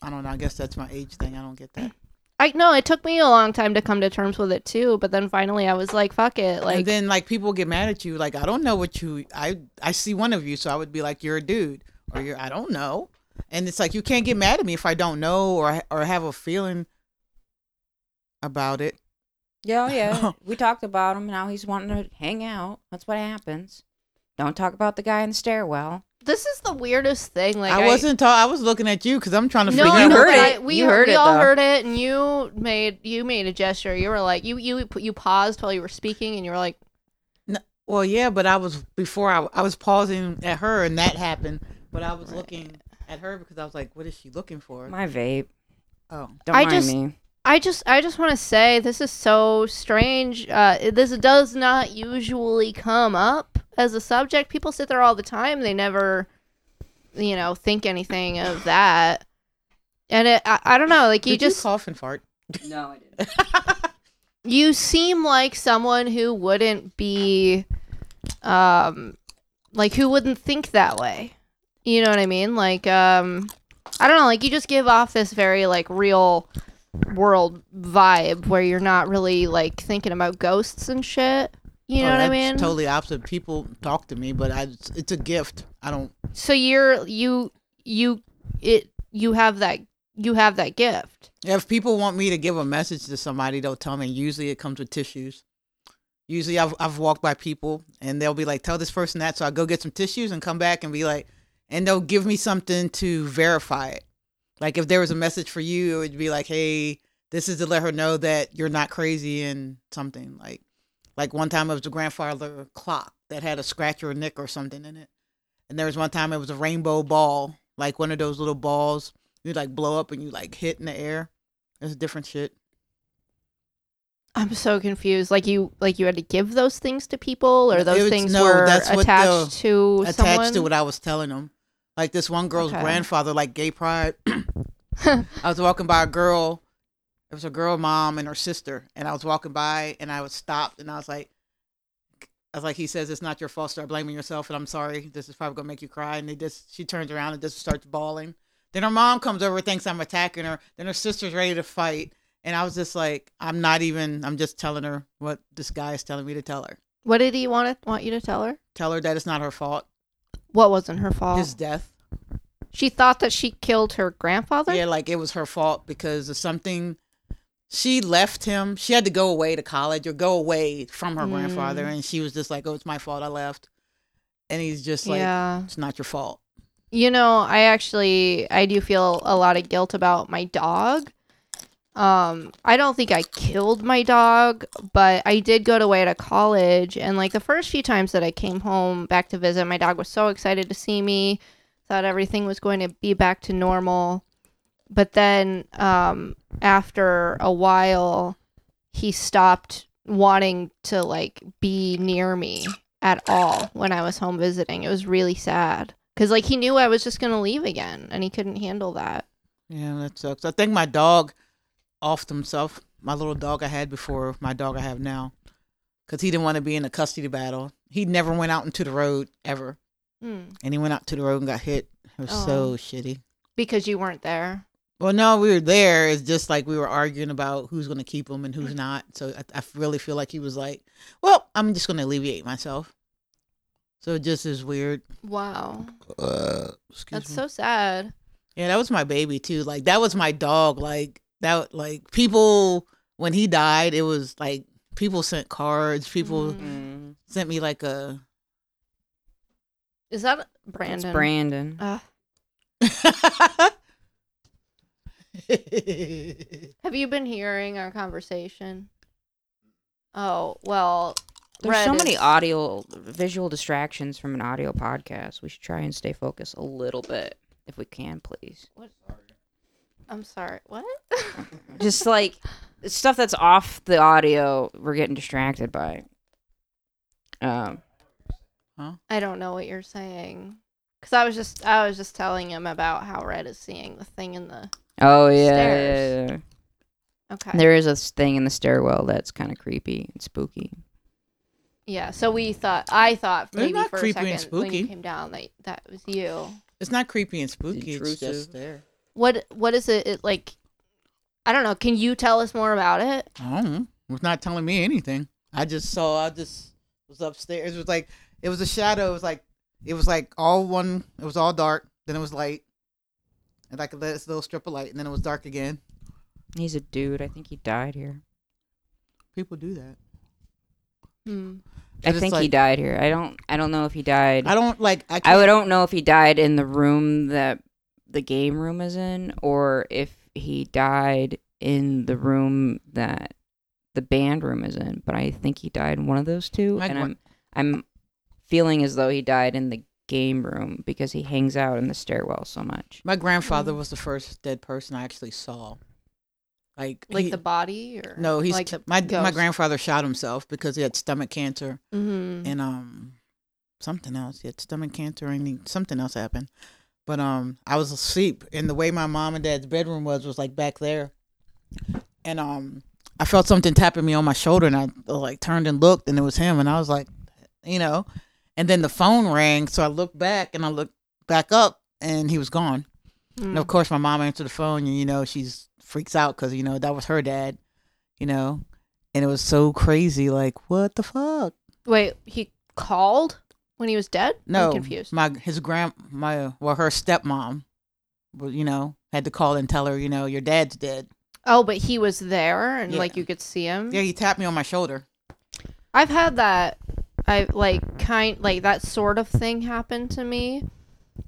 C: I don't know. I guess that's my age thing. I don't get that.
B: I no, it took me a long time to come to terms with it too, but then finally I was like fuck it. Like
C: and then like people get mad at you. Like I don't know what you. I I see one of you, so I would be like, you're a dude, or you're. I don't know. And it's like you can't get mad at me if I don't know or or have a feeling about it.
D: Yeah, oh, yeah. we talked about him. Now he's wanting to hang out. That's what happens. Don't talk about the guy in the stairwell.
B: this is the weirdest thing like
C: I wasn't. Ta- I was looking at you because I'm trying to
B: No,
C: figure
B: I
D: you
C: out.
B: know,
D: heard
B: but
D: it.
B: I- we
D: You heard
B: we
D: it,
B: all
D: though.
B: heard it, and you made you made a gesture. You were like you you you paused while you were speaking, and you were like,
C: Well, yeah, but I was before. I I was pausing at her, and that happened. But I was looking at her because I was like, what is she looking for?
D: My vape.
C: oh,
D: Don't
B: I
D: mind
B: just-
D: me.
B: I just I just want to say this is so strange. Uh, it- this does not usually come up as a subject. People sit there all the time. They never, you know, think anything of that. And it, I, I don't know. Like you
C: did
B: just
C: you cough and fart?
D: No, I didn't.
B: you seem like someone who wouldn't be um like who wouldn't think that way you know what i mean like um i don't know like you just give off this very like real world vibe where you're not really like thinking about ghosts and shit you know
C: Oh,
B: what i
C: that's
B: mean
C: Totally opposite. People talk to me, but I it's a gift. I don't.
B: so you're you you it you have that you have that gift
C: If people want me to give a message to somebody, they'll tell me. Usually, it comes with tissues. Usually, I've I've walked by people and they'll be like, "Tell this person that." So I go get some tissues and come back and be like, and they'll give me something to verify it. Like if there was a message for you, it would be like, "Hey, this is to let her know that you're not crazy and something." Like, like one time it was a grandfather clock that had a scratch or a nick or something in it. And there was one time it was a rainbow ball, like one of those little balls you like blow up and you like hit in the air. It's different shit.
B: i'm so confused like you like you had to give those things to people or
C: It
B: those
C: was-
B: things
C: no,
B: were
C: that's what the-
B: attached to
C: Attached
B: someone?
C: to what I was telling them. Like this one girl's
B: Okay.
C: grandfather, like gay pride. I was walking by a girl. It was a girl mom and her sister. And I was walking by and I was stopped and I was like, I was like, he says, it's not your fault. Start blaming yourself. And I'm sorry. This is probably going to make you cry. And they just, she turns around and just starts bawling. Then her mom comes over, thinks I'm attacking her. Then her sister's ready to fight. And I was just like, I'm not even, I'm just telling her what this guy is telling me to tell her.
B: What did he want to, want you to tell her?
C: Tell her that it's not her fault.
B: What wasn't her fault?
C: His death.
B: she thought that she killed her grandfather.
C: Yeah, like it was her fault because of something. She left him. She had to go away to college or go away from her grandfather, and she was just like, "Oh, it's my fault. I left." And he's just like,
B: yeah.
C: "It's not your fault."
B: You know, I actually I do feel a lot of guilt about my dog. Um, I don't think I killed my dog, but I did go to away to college and like the first few times that I came home back to visit, my dog was so excited to see me, thought everything was going to be back to normal. But then um after a while he stopped wanting to like be near me at all when I was home visiting. It was really sad because like he knew I was just gonna leave again, and he couldn't handle that.
C: Yeah, that sucks. I think my dog offed himself. My little dog I had before, my dog I have now, because he didn't want to be in a custody battle. He never went out into the road ever, and he went out to the road and got hit. It was so
B: Oh.
C: shitty.
B: Because you weren't there.
C: Well, no, we were there. It's just like we were arguing about who's going to keep him and
B: Mm.
C: who's not. So I, I really feel like he was like, "Well, I'm just going to alleviate myself." So it just is weird.
B: Wow,
C: Uh, excuse
B: that's so sad.
C: yeah, that was my baby too. Like that was my dog. Like that. Like people when he died, it was like people sent cards. People
B: Mm.
D: Mm.
C: sent me like a.
B: Is that
D: It's
B: Brandon?
D: Brandon.
B: Ugh. have you been hearing our conversation? Oh well,
D: There's
B: Red
D: so many
B: is-
D: audio, visual distractions from an audio podcast. We should try and stay focused a little bit if we can, please.
B: I'm sorry. What?
D: Just like stuff that's off the audio, we're getting distracted by. Um,
B: I don't know what you're saying. Cause I was just I was just telling him about how Red is seeing the thing in the
D: oh yeah, yeah,
B: Stairs.
D: yeah, yeah.
B: okay.
D: There is a s- thing in the stairwell that's kind of creepy and spooky.
B: yeah. So we thought I thought
C: They're
B: maybe
C: not
B: for a
C: creepy
B: second
C: and
B: when you
C: spooky.
B: came down that that was you.
C: it's not creepy and spooky. It's just
D: Intrusive.
C: there.
B: what what is it, it like i don't know can you tell us more about it
C: I don't know. It's not telling me anything. I just saw. I just was upstairs. It was like it was a shadow. It was like it was like all one. It was all dark. Then it was light, and like a li- this little strip of light, and then it was dark again.
D: He's a dude. I think he died here.
C: People do that.
B: hmm.
D: I
C: But it's
D: think he
C: like-
D: died here. I don't. I don't know if he died.
C: I don't like. I,
D: I
C: can't-
D: don't know if he died in the room that the game room is in, or if he died in the room that the band room is in. But I think he died in one of those two,
C: Like
D: and
C: what-
D: I'm I'm feeling as though he died in the game room because he hangs out in the stairwell so much.
C: My grandfather was the first dead person I actually saw. Like
B: like
C: he-
B: the body or
C: no, he's
B: like
C: my my
B: ghost?
C: grandfather shot himself because he had stomach cancer.
B: Mhm.
C: and um something else. He had stomach cancer and he- something else happened. But um I was asleep and the way my mom and dad's bedroom was was like back there. And um I felt something tapping me on my shoulder and I uh, like turned and looked and it was him and I was like, you know, and then the phone rang, so I looked back and I looked back up and he was gone.
B: Mm-hmm.
C: And of course, my mom answered the phone, and you know, she's freaks out because you know that was her dad, you know, and it was so crazy. Like, what the fuck?
B: wait he called when he was dead
C: No,
B: I'm confused
C: My his grand, my well, her stepmom, well, you know, had to call and tell her, you know, your dad's dead.
B: oh but he was there and
C: Yeah.
B: like you could see him
C: Yeah, he tapped me on my shoulder.
B: i've had that i like kind like that sort of thing happened to me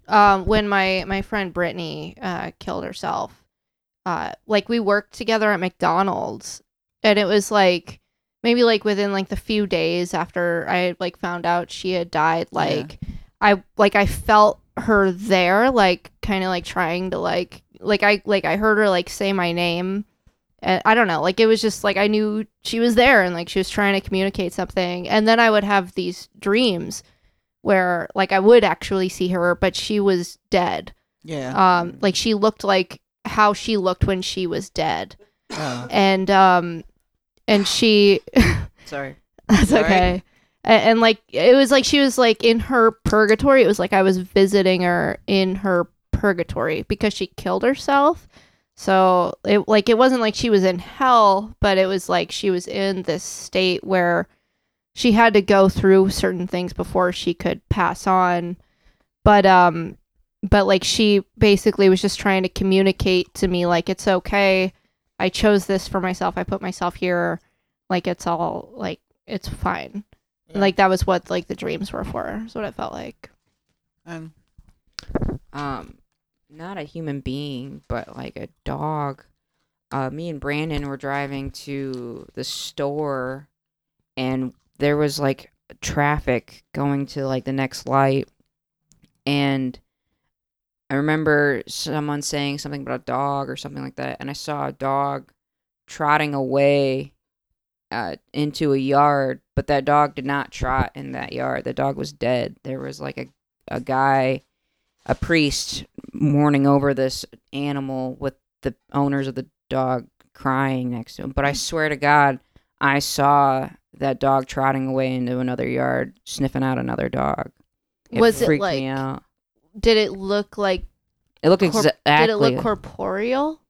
B: um when my my friend brittany uh killed herself uh like we worked together at mcdonald's and it was like maybe like within like the few days after I had like found out she had died, like I like I felt her there, like kind of like trying to like like I like I heard her like say my name. And I don't know, like it was just like I knew she was there and like she was trying to communicate something. And then I would have these dreams where like I would actually see her, but she was dead.
C: Yeah,
B: Um, like she looked like how she looked when she was dead,
C: uh,
B: and um, and she
D: Sorry.
B: That's
C: All right.
B: okay. A- And, like it was like she was like in her purgatory. It was like I was visiting her in her purgatory because she killed herself. So it like it wasn't like she was in hell, but it was like she was in this state where she had to go through certain things before she could pass on. But um but like she basically was just trying to communicate to me like it's okay. I chose this for myself. I put myself here. Like it's all like it's fine.
C: Yeah.
B: Like that was what like the dreams were for. Is what it felt like.
C: And
D: um not a human being but like a dog uh me and brandon were driving to the store and there was like traffic going to like the next light and i remember someone saying something about a dog or something like that and i saw a dog trotting away uh, into a yard but that dog did not trot in that yard the dog was dead there was like a, a guy a priest mourning over this animal with the owners of the dog crying next to him.
B: Mm.
D: But I swear to God, I saw that dog trotting away into another yard, sniffing out another dog. It
B: Was it
D: freaked
B: like-
D: me out.
B: Did it look like
D: It looked
B: corp-
D: exactly.
B: Did it look corporeal?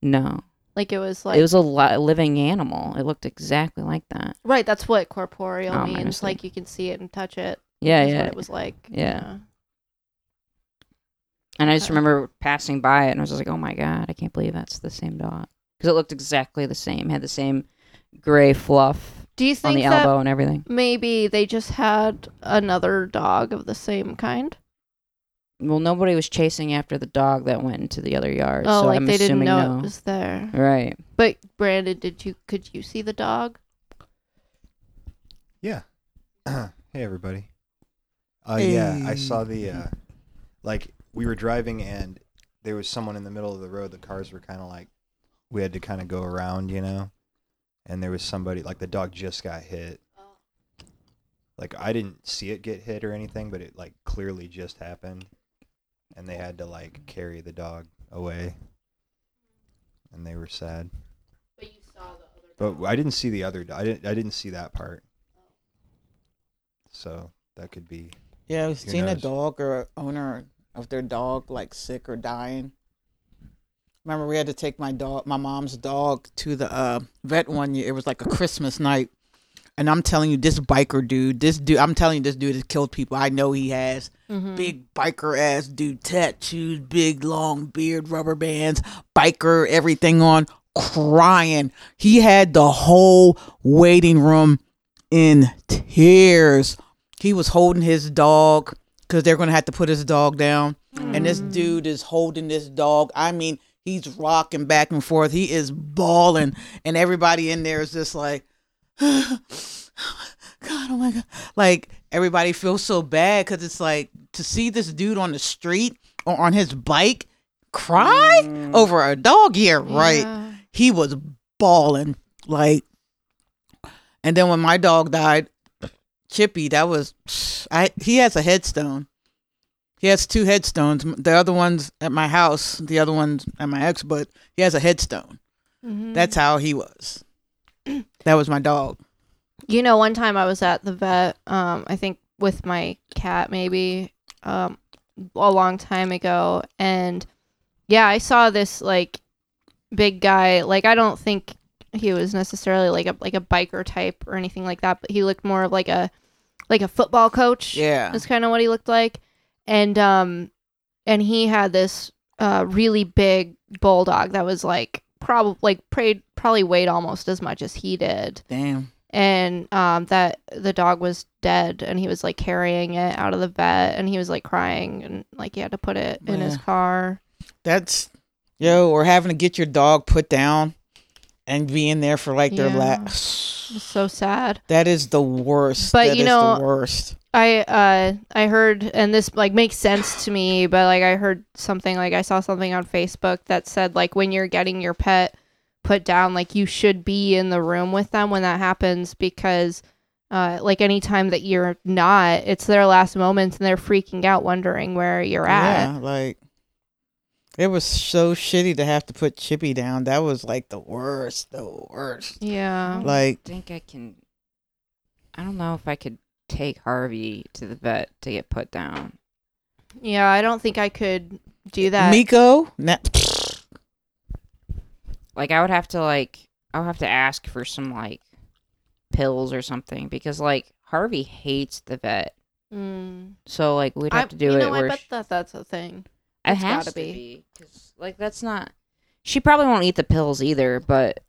D: no,
B: Like it was like
D: it was a li- living animal. It looked exactly like that.
B: right. That's what corporeal
D: Oh, my
B: means.
D: mistake.
B: Like you can see it and touch it.
D: Yeah,
B: That's
D: yeah.
B: What it was like.
D: Yeah. And I just
B: Okay.
D: remember passing by it, and I was just like, "Oh my god, I can't believe that's the same dog." Because it looked exactly the same, had the same gray fluff
B: Do you
D: on
B: think
D: the
B: that
D: elbow and everything.
B: maybe they just had another dog of the same kind?
D: Well, nobody was chasing after the dog that went into the other yard.
B: oh,
D: so
B: like
D: I'm
B: they didn't
D: assuming
B: know
D: no.
B: it was there.
D: Right.
B: But Brandon, did you could you see the dog?
A: Yeah. hey everybody. Uh, yeah, I
C: Hey.
A: saw the uh, like we were driving and there was someone in the middle of the road. The cars were kind of like we had to kind of go around, you know. And there was somebody like the dog just got hit. Like I didn't see it get hit or anything, but it like clearly just happened. And they had to like carry the dog away. And they were sad. But I didn't see the other. do- I didn't. I didn't see that part. So that could be.
C: yeah, I've
A: Who
C: seen a
A: knows?
C: dog or a owner of their dog like sick or dying. Remember, we had to take my dog, my mom's dog, to the uh, vet one year. It was like a Christmas night, and I'm telling you, this biker dude, this dude, I'm telling you, this dude has killed people. I know he has. Big biker ass dude, tattoos, big long beard, rubber bands, biker, everything on, crying. He had the whole waiting room in tears. He was holding his dog because they're going to have to put his dog down. And this dude is holding this dog. I mean, he's rocking back and forth. He is bawling. And everybody in there is just like, God, oh my God. Like, everybody feels so bad because it's like to see this dude on the street or on his bike cry over a dog. Yeah, right.
B: Yeah.
C: He was bawling. Like, and then when my dog died, Chippy, that was, I he has a headstone. He has two headstones. The other one's at my house, the other one's at my ex, but he has a headstone.
B: Mhm.
C: That's how he was. That was my dog.
B: You know, one time I was at the vet, um, I think with my cat maybe, um, a long time ago, and yeah, I saw this like big guy. Like I don't think he was necessarily like a like a biker type or anything like that, but he looked more of like a like a football coach.
C: Yeah.
B: That's kind of what he looked like. And um and he had this uh really big bulldog that was like probably like prayed probably weighed almost as much as he did
C: Damn.
B: and um that the dog was dead and he was like carrying it out of the vet and he was like crying and like he had to put it in his
C: Yeah.
B: car
C: That's yo, or having to get your dog put down and be in there for like their
B: Yeah.
C: last
B: It was so sad
C: that is the worst.
B: But
C: That
B: you
C: is
B: know-
C: the worst.
B: i uh i heard and this like makes sense to me but like i heard something like i saw something on facebook that said like when you're getting your pet put down like you should be in the room with them when that happens because uh, like any time that you're not, it's their last moments and they're freaking out, wondering where you're at.
C: Yeah, like it was so shitty to have to put Chippy down. That was like the worst, the worst.
D: Mm,
B: Yeah.
C: Like
D: I think I can. I don't know if I could take Harvey to the vet to get put down.
B: Yeah, I don't think I could do that.
C: Miko. Nah.
D: Like I would have to like I would have to ask for some like pills or something because like Harvey hates the vet.
B: Mm.
D: So like we'd
B: I-
D: have to do
B: you
D: it
B: know,
D: where
B: I bet
D: she-
B: that that's a thing.
D: it
B: it's
D: has
B: gotta
D: to
B: be.
D: be 'cause, like that's not she probably won't eat the pills either, but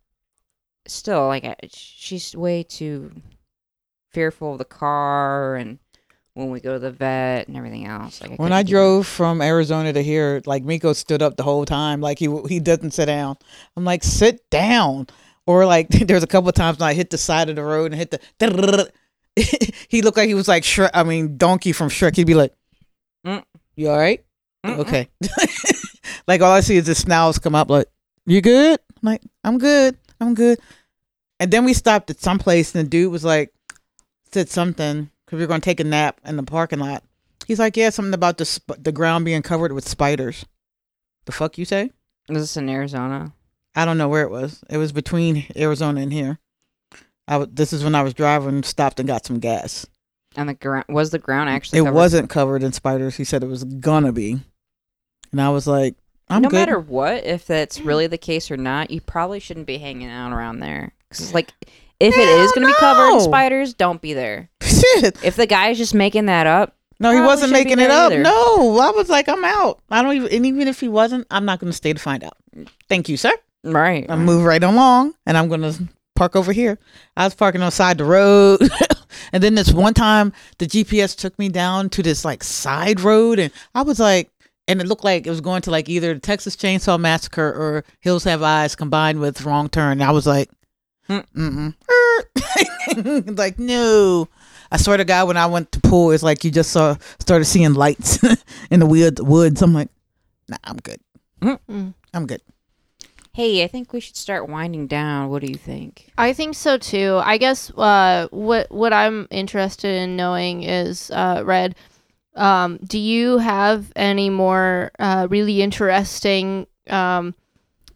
D: still like I, she's way too fearful of the car and when we go to the vet and everything else. Like
C: When I
D: couldn't do it.
C: drove from Arizona to here, like Miko stood up the whole time. Like he he doesn't sit down. I'm like, sit down. Or like there's a couple of times when I hit the side of the road and hit the. he looked like he was like Shrek. I mean Donkey from Shrek. He'd be like,
D: Mm.
C: "You all right?
D: Mm-mm.
C: Okay." like all I see is the snouts come up. Like, you good? I'm like, I'm good. I'm good. And then we stopped at some place, and the dude was like, said something because we were going to take a nap in the parking lot. He's like, yeah, something about the sp- the ground being covered with spiders. The fuck you say?
D: Was this in Arizona?
C: I don't know where it was. It was between Arizona and here. I w- this is when I was driving, stopped and got some gas.
D: And the ground was the ground actually
C: It
D: covered?
C: wasn't covered in spiders. He said it was gonna be, and I was like, I'm
D: no
C: good.
D: matter what, if that's really the case or not, you probably shouldn't be hanging out around there. 'Cause, like, if it is going to be covered
C: no.
D: in spiders, don't be there.
C: Shit.
D: If the guy's just making that up,
C: No, he
D: Probably
C: wasn't
D: shouldn't be
C: making it
D: there
C: up.
D: either.
C: No, I was like, I'm out. I don't even. And even if he wasn't, I'm not gonna stay to find out. Thank you, sir.
D: right?
C: I move right along, and I'm gonna park over here. I was parking on side the road, and then this one time the GPS took me down to this like side road, and I was like, and it looked like it was going to like either the Texas Chainsaw Massacre or Hills Have Eyes combined with Wrong Turn. And I was like,
D: Hmm.
C: mm mm, like no. I swear to God, when I went to pool, it's like you just saw started seeing lights in the weird woods. I'm like, nah, I'm good.
D: Hmm.
B: Mm.
C: I'm good.
D: Hey, I think we should start winding down. What do you think?
B: I think so too. I guess uh, what what I'm interested in knowing is, uh, Red, um, do you have any more uh, really interesting um,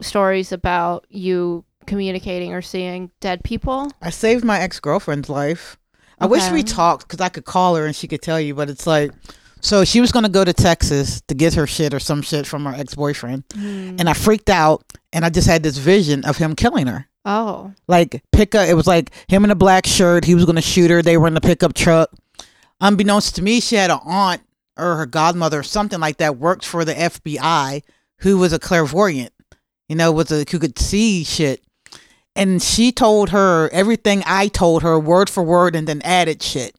B: stories about you communicating or seeing dead people?
C: I saved my ex girlfriend's life. I wish
B: Okay.
C: we talked because I could call her and she could tell you, but it's like, so she was going to go to Texas to get her shit or some shit from her ex boyfriend.
D: Hmm.
C: And I freaked out and I just had this vision of him killing her.
B: Oh,
C: Like, pick up, it was like him in a black shirt. He was going to shoot her. They were in the pickup truck. Unbeknownst to me, she had an aunt or her godmother or something like that worked for the FBI who was a clairvoyant, you know, was a, who could see shit and she told her everything I told her word for word and then added shit.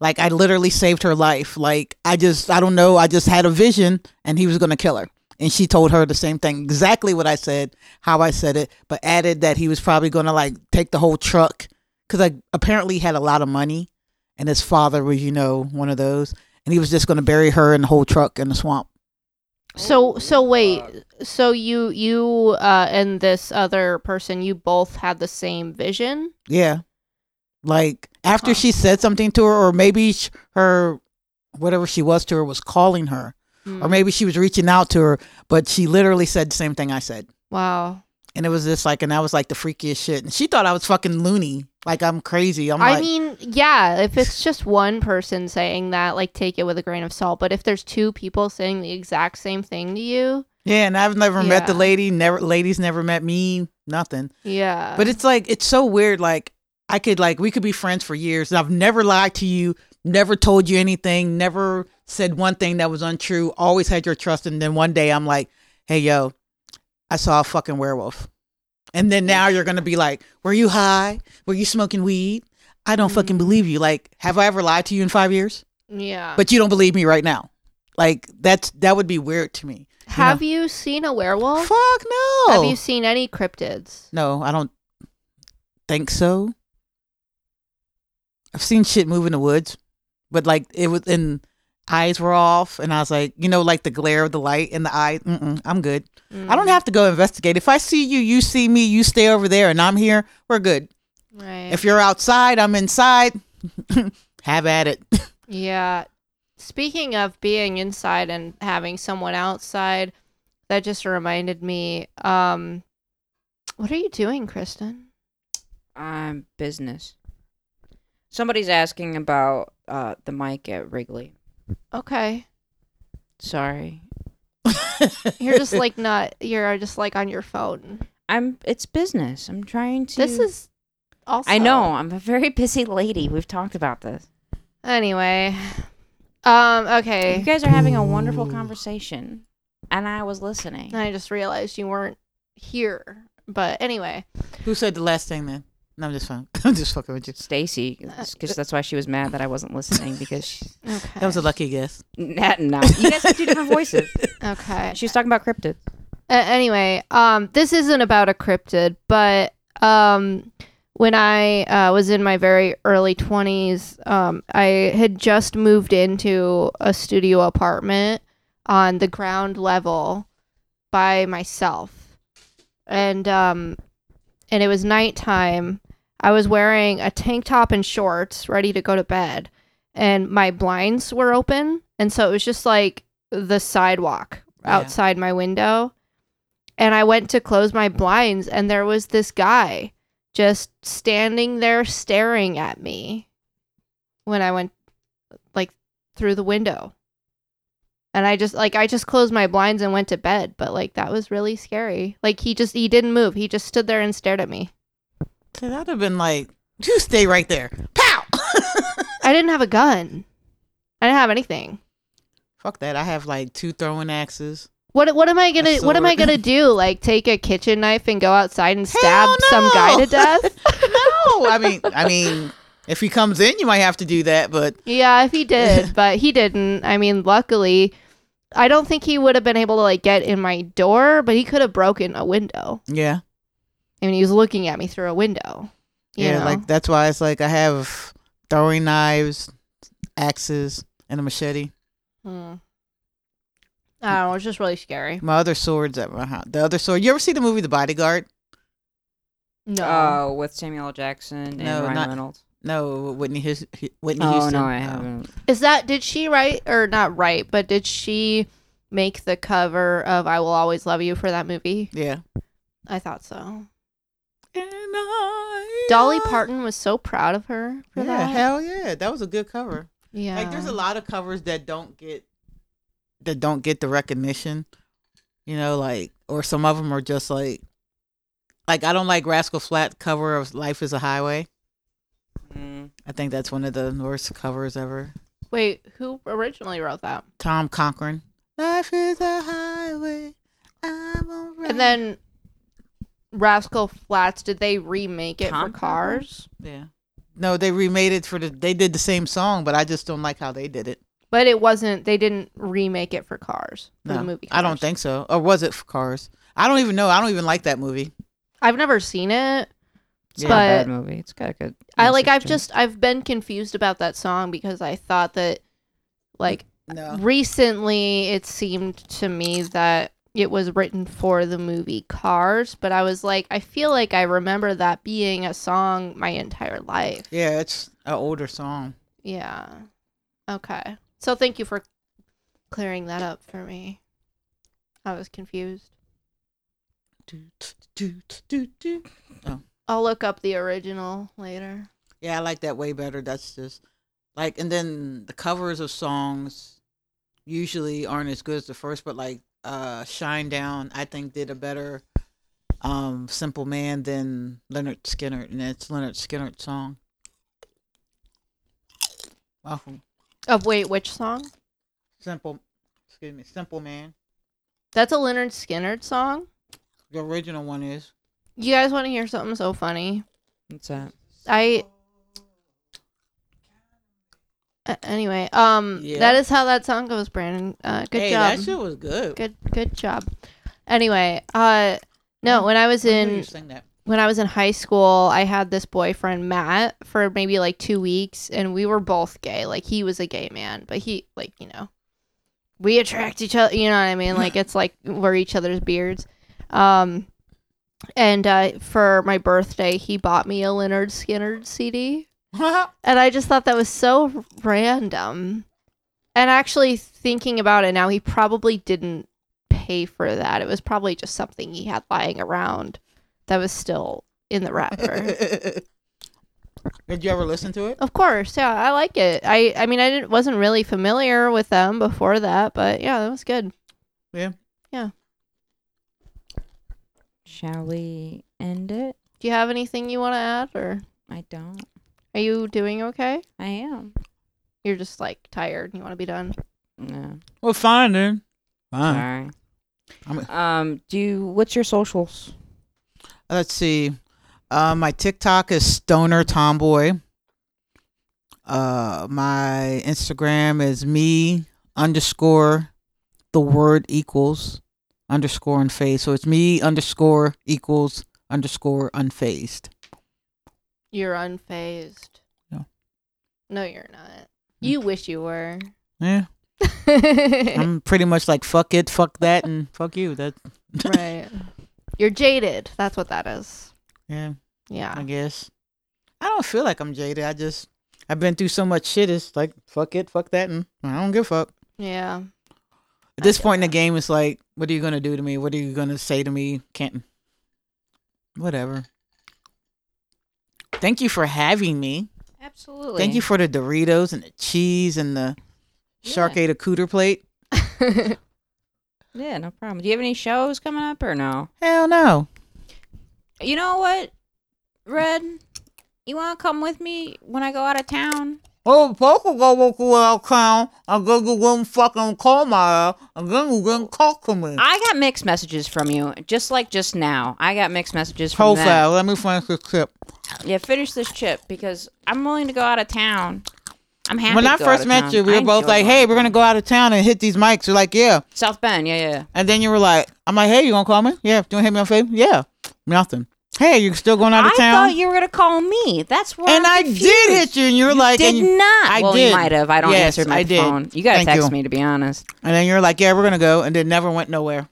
C: Like I literally saved her life. Like I just I don't know, I just had a vision and he was going to kill her. And she told her the same thing, exactly what I said, how I said it, but added that he was probably going to like take the whole truck cuz I apparently he had a lot of money and his father was, you know, one of those and he was just going to bury her in the whole truck in the swamp.
B: so so wait, so you you uh, and this other person, you both had the same vision.
C: Yeah. Like after
B: Huh.
C: she said something to her, or maybe sh- her, whatever she was to her, was calling her,
D: Hmm.
C: or
B: Mm.
C: maybe she was reaching out to her, but she literally said the same thing I said.
B: Wow.
C: And it was just like, and that was like the freakiest shit. And she thought I was fucking loony. Like I'm crazy. I'm
B: I
C: like,
B: mean, yeah, if it's just one person saying that, like take it with a grain of salt. But if there's two people saying the exact same thing to you,
C: yeah. And I've never met the
B: Yeah.
C: lady. Never, ladies never met me. Nothing.
B: yeah.
C: But it's like, it's so weird. Like I could, like, we could be friends for years. And I've never lied to you, never told you anything, never said one thing that was untrue, always had your trust. And then one day I'm like, hey, yo, I saw a fucking werewolf. And then now you're going to be like, were you high? Were you smoking weed? I don't fucking believe you. Like, have I ever lied to you in five years?
B: yeah.
C: But you don't believe me right now. Like, that's, that would be weird to me.
B: have you seen a werewolf?
C: Fuck no.
B: Have you seen any cryptids?
C: No, I don't think so. I've seen shit move in the woods, but like it was, and eyes were off, and I was like, you know, like the glare of the light in the eye. Mm-mm, I'm good. I don't have to go investigate. If I see you, you see me, you stay over there, and I'm here. We're good.
B: Mm, Right.
C: If you're outside, I'm inside. Have at it.
B: yeah. Speaking of being inside and having someone outside, that just reminded me. Um, what are you doing, Kristen?
D: Um, business. Somebody's asking about uh the mic at Wrigley.
B: Okay.
D: Sorry,
B: You're just like not. You're just like on your phone.
D: I'm. It's business. I'm trying to.
B: This is also.
D: I know. I'm a very busy lady. We've talked about this.
B: Anyway, um.
D: You
B: Okay.
D: guys are having a wonderful
A: Ooh.
D: conversation, and I was listening.
B: I just realized you weren't here. But anyway,
C: Who said the last thing then? No, I'm just fine. I'm just fucking with you.
D: Stacy, because that's why she was mad that I wasn't listening because she,
B: okay.
C: That was a lucky guess.
D: that no, you guys have two different voices.
B: okay.
D: She was talking about cryptids.
B: A- anyway, um, this isn't about a cryptid, but um, when I uh, was in my very early 20s, um, I had just moved into a studio apartment on the ground level by myself. And um, and it was nighttime. I was wearing a tank top and shorts, ready to go to bed, and my blinds were open, and so it was just like the sidewalk
C: Yeah.
B: outside my window. And I went to close my blinds, and there was this guy just standing there staring at me when I went like through the window. And I just like I just closed my blinds and went to bed, but like that was really scary. Like he just he didn't move. He just stood there and stared at me.
C: So that'd have been like, you stay right there. Pow!
B: I didn't have a gun. I didn't have anything.
C: Fuck that. I have like two throwing axes.
B: What what am I gonna
C: That's so
B: what am I
C: rude.
B: gonna do? Like take a kitchen knife and go outside and stab
C: Hell
B: some guy
C: no!
B: to death?
C: no, I mean, I mean, if he comes in, you might have to do that. But
B: Yeah, if he did, but he didn't. I mean, luckily, I don't think he would have been able to like get in my door, but he could have broken a window.
C: yeah,
B: I mean, he was looking at me through a window. You
C: yeah,
B: know?
C: like that's why it's like I have throwing knives, axes, and a machete.
B: Hmm. I don't know. It's just really scary.
C: My other swords at my house. The other sword. You ever see the movie The Bodyguard?
B: No.
D: Oh, with Samuel L. Jackson and
C: No,
D: Ryan
C: not-
D: Reynolds.
C: No, Whitney. Hus- Whitney
D: Oh
C: Houston.
D: no, I haven't.
B: Is that did she write or not write, but did she make the cover of I Will Always Love You for that movie?
C: Yeah.
B: I thought so.
C: And I
B: Dolly
C: love-
B: Parton was so proud of her for
C: Yeah,
B: that.
C: hell yeah, that was a good cover.
B: yeah.
C: Like, there's a lot of covers that don't get that don't get the recognition, you know, like or some of them are just like, like I don't like Rascal Flat cover of Life Is a Highway.
D: Mm.
C: I think that's one of the worst covers ever.
B: Wait, who originally wrote that?
C: Tom Cochran. Life is a highway. I'm alright.
B: And then Rascal Flats, did they remake it
D: Tom
B: for Cars?
C: yeah, no, they remade it for the. They did the same song, but I just don't like how they did it.
B: But it wasn't. They didn't remake it for Cars. For
C: No,
B: the movie.
C: I don't
B: Cars.
C: think so. Or was it for Cars? I don't even know. I don't even like that movie.
B: I've never seen it.
D: It's
B: But-
D: not a bad movie. It's got a good.
B: I like.
D: message
B: I've
D: to it.
B: just. I've been confused about that song because I thought that, like,
C: No.
B: recently it seemed to me that it was written for the movie Cars. But I was like, I feel like I remember that being a song my entire life.
C: Yeah, it's an older song.
B: Yeah. Okay. So thank you for clearing that up for me. I was confused. I'll look up the original later.
C: Yeah, I like that way better. That's just like, and then the covers of songs usually aren't as good as the first, but like uh Shine Down, I think did a better um Simple Man than Leonard Skinner, and it's Leonard Skinner's song. Wow,
B: Of wait, which song?
C: simple, excuse me, Simple Man.
B: That's a Leonard Skinner song.
C: The original one is.
B: You guys want to hear something so funny?
D: What's that?
B: I A- anyway, um
C: Yeah.
B: that is how that song goes, Brandon. Uh good
C: hey,
B: job.
C: that shit was good.
B: Good good job. Anyway, uh no, when I was
C: Why do
B: in
C: you sing that?
B: when I was in high school, I had this boyfriend Matt for maybe like two weeks, and we were both gay. Like he was a gay man, but he like you know, we attract each other. You know what I mean? Like it's like we're each other's beards. Um, and uh, for my birthday, he bought me a Leonard Skinner CD, and I just thought that was so random. And actually, thinking about it now, he probably didn't pay for that. It was probably just something he had lying around that was still in the wrapper.
C: Did you ever listen to it?
B: of course, yeah, I like it. I, I mean, I didn't, wasn't really familiar with them before that, but yeah, that was good.
C: Yeah.
D: Shall we end it?
B: Do you have anything you want to add, or
D: I don't.
B: are you doing okay?
D: I am.
B: You're just like tired and you want to be done.
D: No.
C: Well, fine then.
A: Fine.
D: Sorry.
C: I'm
D: Um. Do you, what's your socials?
C: Let's see. Uh, my TikTok is Stoner Tomboy. Uh, my Instagram is me underscore the word equals underscore unfazed. So it's me underscore equals underscore unfazed.
B: You're unfazed.
C: No.
B: No, you're not. You wish you were.
C: Yeah,
B: right.
C: I'm pretty much like fuck it, fuck that, and fuck you. That
B: You're jaded. That's what that is.
C: yeah, I
B: Yeah.
C: guess. I don't feel like I'm jaded. I just I've been through so much shit. It's like fuck it, fuck that, and I don't give a fuck.
B: Yeah. I
C: At this
B: get
C: point in
B: that.
C: the game, it's like, what are you gonna do to me? What are you gonna say to me? Can't. Whatever. Thank you for having me.
D: Absolutely.
C: Thank you for the Doritos and the cheese and the
D: Yeah.
C: Sharkade cooter plate.
D: yeah. No problem. Do you have any shows coming up or no?
C: Hell no.
D: You know what, Red? You want to come with me when I go out of town?
C: Oh, Poker go walk around town. I'm gonna go and fucking call my. I'm gonna go and talk to me.
D: I got mixed messages from you, just like just now. I got mixed messages from that.
C: Profile. Let me find this clip.
D: Yeah, finish this chip because I'm willing to go out of town. I'm happy.
C: When
D: to
C: I
D: go out
C: first
D: of
C: met
D: town.
C: you, we
D: I
C: were both
D: enjoy
C: like,
D: going
C: "Hey,
D: out.
C: we're gonna go out of town and hit these mics." You're like, "Yeah."
D: South Bend, yeah, yeah,
C: And then you were like, "Am I hey? You gonna call me? Yeah. Do you wanna hit me on Facebook? Yeah. Nothing. Hey, you still going
D: yeah.
C: out
D: I
C: of town?
D: thought you were gonna call me. That's where
C: and
D: I'm
C: I did hit you, and you were like,
D: Did
C: and, you-
D: not.
C: I
D: well,
C: did.
D: you might have. I don't
C: Yes,
D: answer my
C: I did.
D: phone. You gotta
C: Thank
D: text
C: you.
D: me to be honest.
C: and then you were like, "Yeah, we're gonna go," and it never went nowhere.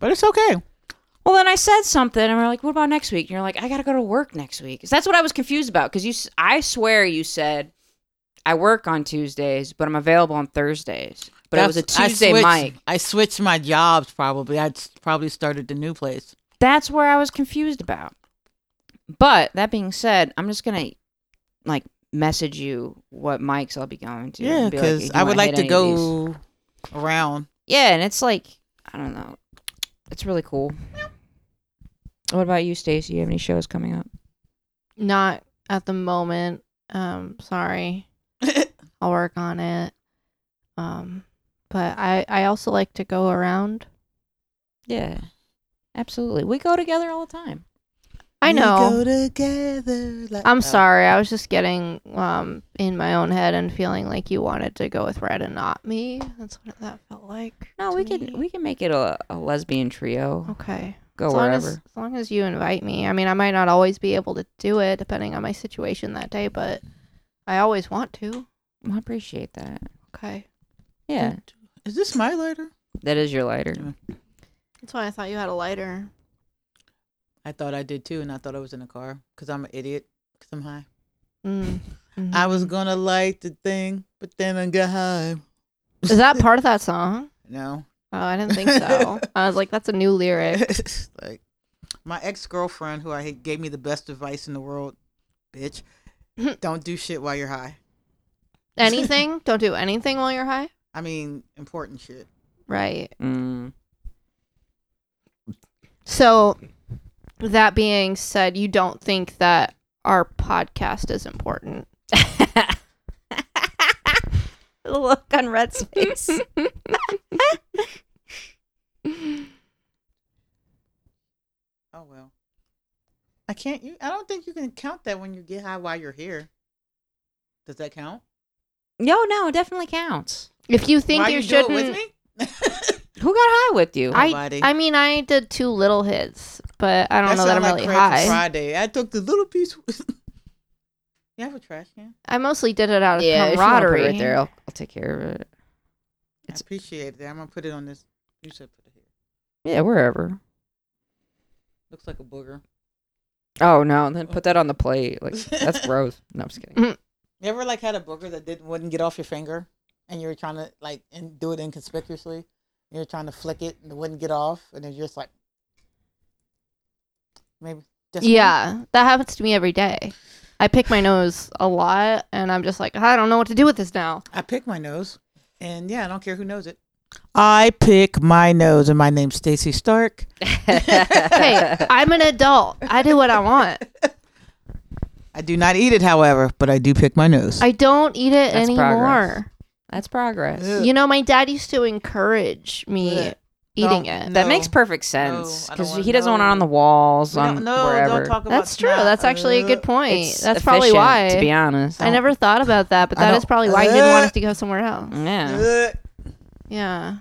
C: But it's okay.
D: Well, then I said something, and we're like, "What about next week?" And you're like, "I gotta go to work next week." 'Cause That's what I was confused about. Because you, s- I swear, you said I work on Tuesdays, but I'm available on Thursdays. But it was a
C: That's- I
D: Tuesday
C: switched-
D: mic.
C: I switched my jobs. Probably, I probably started the new place.
D: That's where I was confused about. But that being said, I'm just gonna like message you what mics I'll be going to.
C: Yeah,
D: and be like,
C: because
D: "If you
C: I would
D: wanna
C: like
D: hit
C: to
D: any of these."
C: go around.
D: Yeah, and it's like I don't know. It's really cool. What about you, Stacey? You have any shows coming up?
B: Not at the moment. Um, sorry. I'll work on it. Um, but I I also like to go around.
D: Yeah, absolutely. We go together all the time.
B: I know.
C: We go together. like-
B: I'm
C: Oh.
B: sorry. I was just getting um in my own head and feeling like you wanted to go with Red and not me. That's what that felt like.
D: No,
B: to
D: we
B: me.
D: can we can make it a, a lesbian trio.
B: Okay.
D: Go
B: as long
D: wherever.
B: as as long as you invite me. I mean, I might not always be able to do it depending on my situation that day, but I always want to.
D: Well, I appreciate that.
B: Okay.
D: Yeah,
C: Is this my lighter?
D: that is your lighter.
B: That's why I thought you had a lighter.
C: I thought I did too, and I thought I was in the car because I'm an idiot. Because I'm high.
B: Mm.
C: I
B: Mhm.
C: was gonna light the thing, but then I got high.
B: Is that part of that song?
C: No.
B: Oh, I didn't think so. I was like, that's a new lyric.
C: like my ex girlfriend, who I hate, gave me the best advice in the world, bitch. don't do shit while you're high.
B: Anything? Don't do anything while you're high.
C: I mean, important shit.
B: Right.
D: Mm.
B: So, that being said, you don't think that our podcast is important.
D: Look on Red's face.
C: Oh well. I can't. You. I don't think you can count that when you get high while you're here. Does that count?
D: no, no, it definitely counts.
B: If you think
C: While
B: you,
C: do it
B: shouldn't,
C: with me?
D: Who got high with you?
C: Nobody.
B: I I mean, I did two little hits, but I don't know that
C: sound
B: I'm
C: like
B: really
C: Crab from
B: high.
C: Friday. I took the little piece. you have a trash can.
B: I mostly did it out of
D: yeah, if you wanna put it
B: camaraderie.
D: right there. I'll, I'll take care of it. It's-
C: I appreciate that. I'm gonna put it on this. You should put it here.
D: Yeah, wherever.
C: Looks like a booger.
D: Oh no, then put that on the plate. Like that's gross. No, I'm just kidding.
C: You ever like had a booger that didn't wouldn't get off your finger, and you were trying to like and do it inconspicuously. You were trying to flick it and it wouldn't get off, and then you're just like, maybe. Just me?
B: Yeah, that happens to me every day. I pick my nose a lot, and I'm just like, I don't know what to do with this now.
C: I pick my nose, and yeah, I don't care who knows it. I pick my nose, and my name's Stacy Stark.
B: hey, I'm an adult. I do what I want.
C: I do not eat it, however, but I do pick my nose.
B: I don't eat it
D: That's
B: anymore.
D: That's progress.
C: Ugh.
B: You know, my dad used to encourage me
C: Ugh.
B: eating
C: No,
B: it.
C: no.
D: That makes perfect
C: No,
D: sense
C: I don't
D: because
C: wanna
D: he doesn't want it
C: know.
D: on the walls
C: We don't-
D: on
C: no, don't
D: wherever.
C: talk about
B: That's true.
C: snot.
B: That's actually a
C: Uh,
B: good point.
D: It's
B: That's probably
D: efficient,
B: why.
D: to be honest.
B: I never thought about that, but
C: I
B: that
C: don't-
B: is probably why he didn't want
C: Ugh.
B: it to go somewhere else.
D: Yeah.
C: Ugh,
B: Yeah.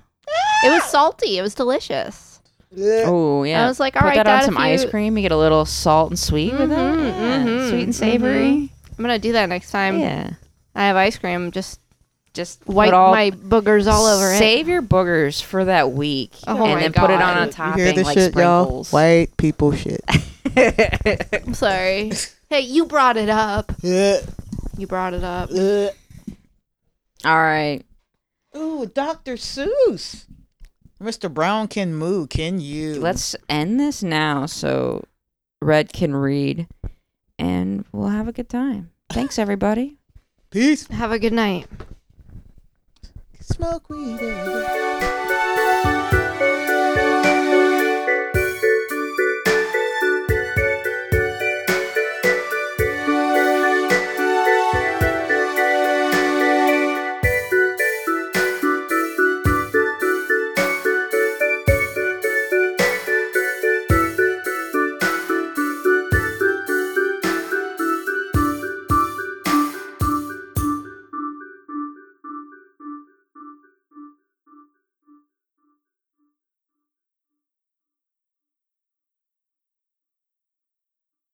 B: It was salty. It was delicious.
C: ugh.
D: Oh yeah.
B: I was like, all
D: Put
B: right,
D: that on
B: Dad,
D: some
B: if you-
D: ice cream. You get a Mm-hmm, little salt and sweet with it.
B: Mhm,
D: Yeah.
B: mhm,
D: Sweet and savory.
B: I'm gonna do that next time.
D: Yeah.
B: I have ice cream. Just
D: Just
B: wipe
D: put all,
B: my boogers all over it.
D: Save your boogers for that week,
B: Oh
D: and
B: my
D: then put it
B: God.
D: on a
B: You
D: topping
C: You hear this
D: like
C: shit, y'all?
D: sprinkles.
C: White people shit.
B: I'm sorry. hey, you brought it up.
C: Ugh,
B: You brought it up.
C: ugh.
D: all right.
C: Ooh, Dr. Seuss. Mr. Brown can moo, can you?
D: Let's end this now so Red can read, and we'll have a good time. Thanks, everybody.
C: peace.
B: Have a good night.
C: Smoke weed. every day.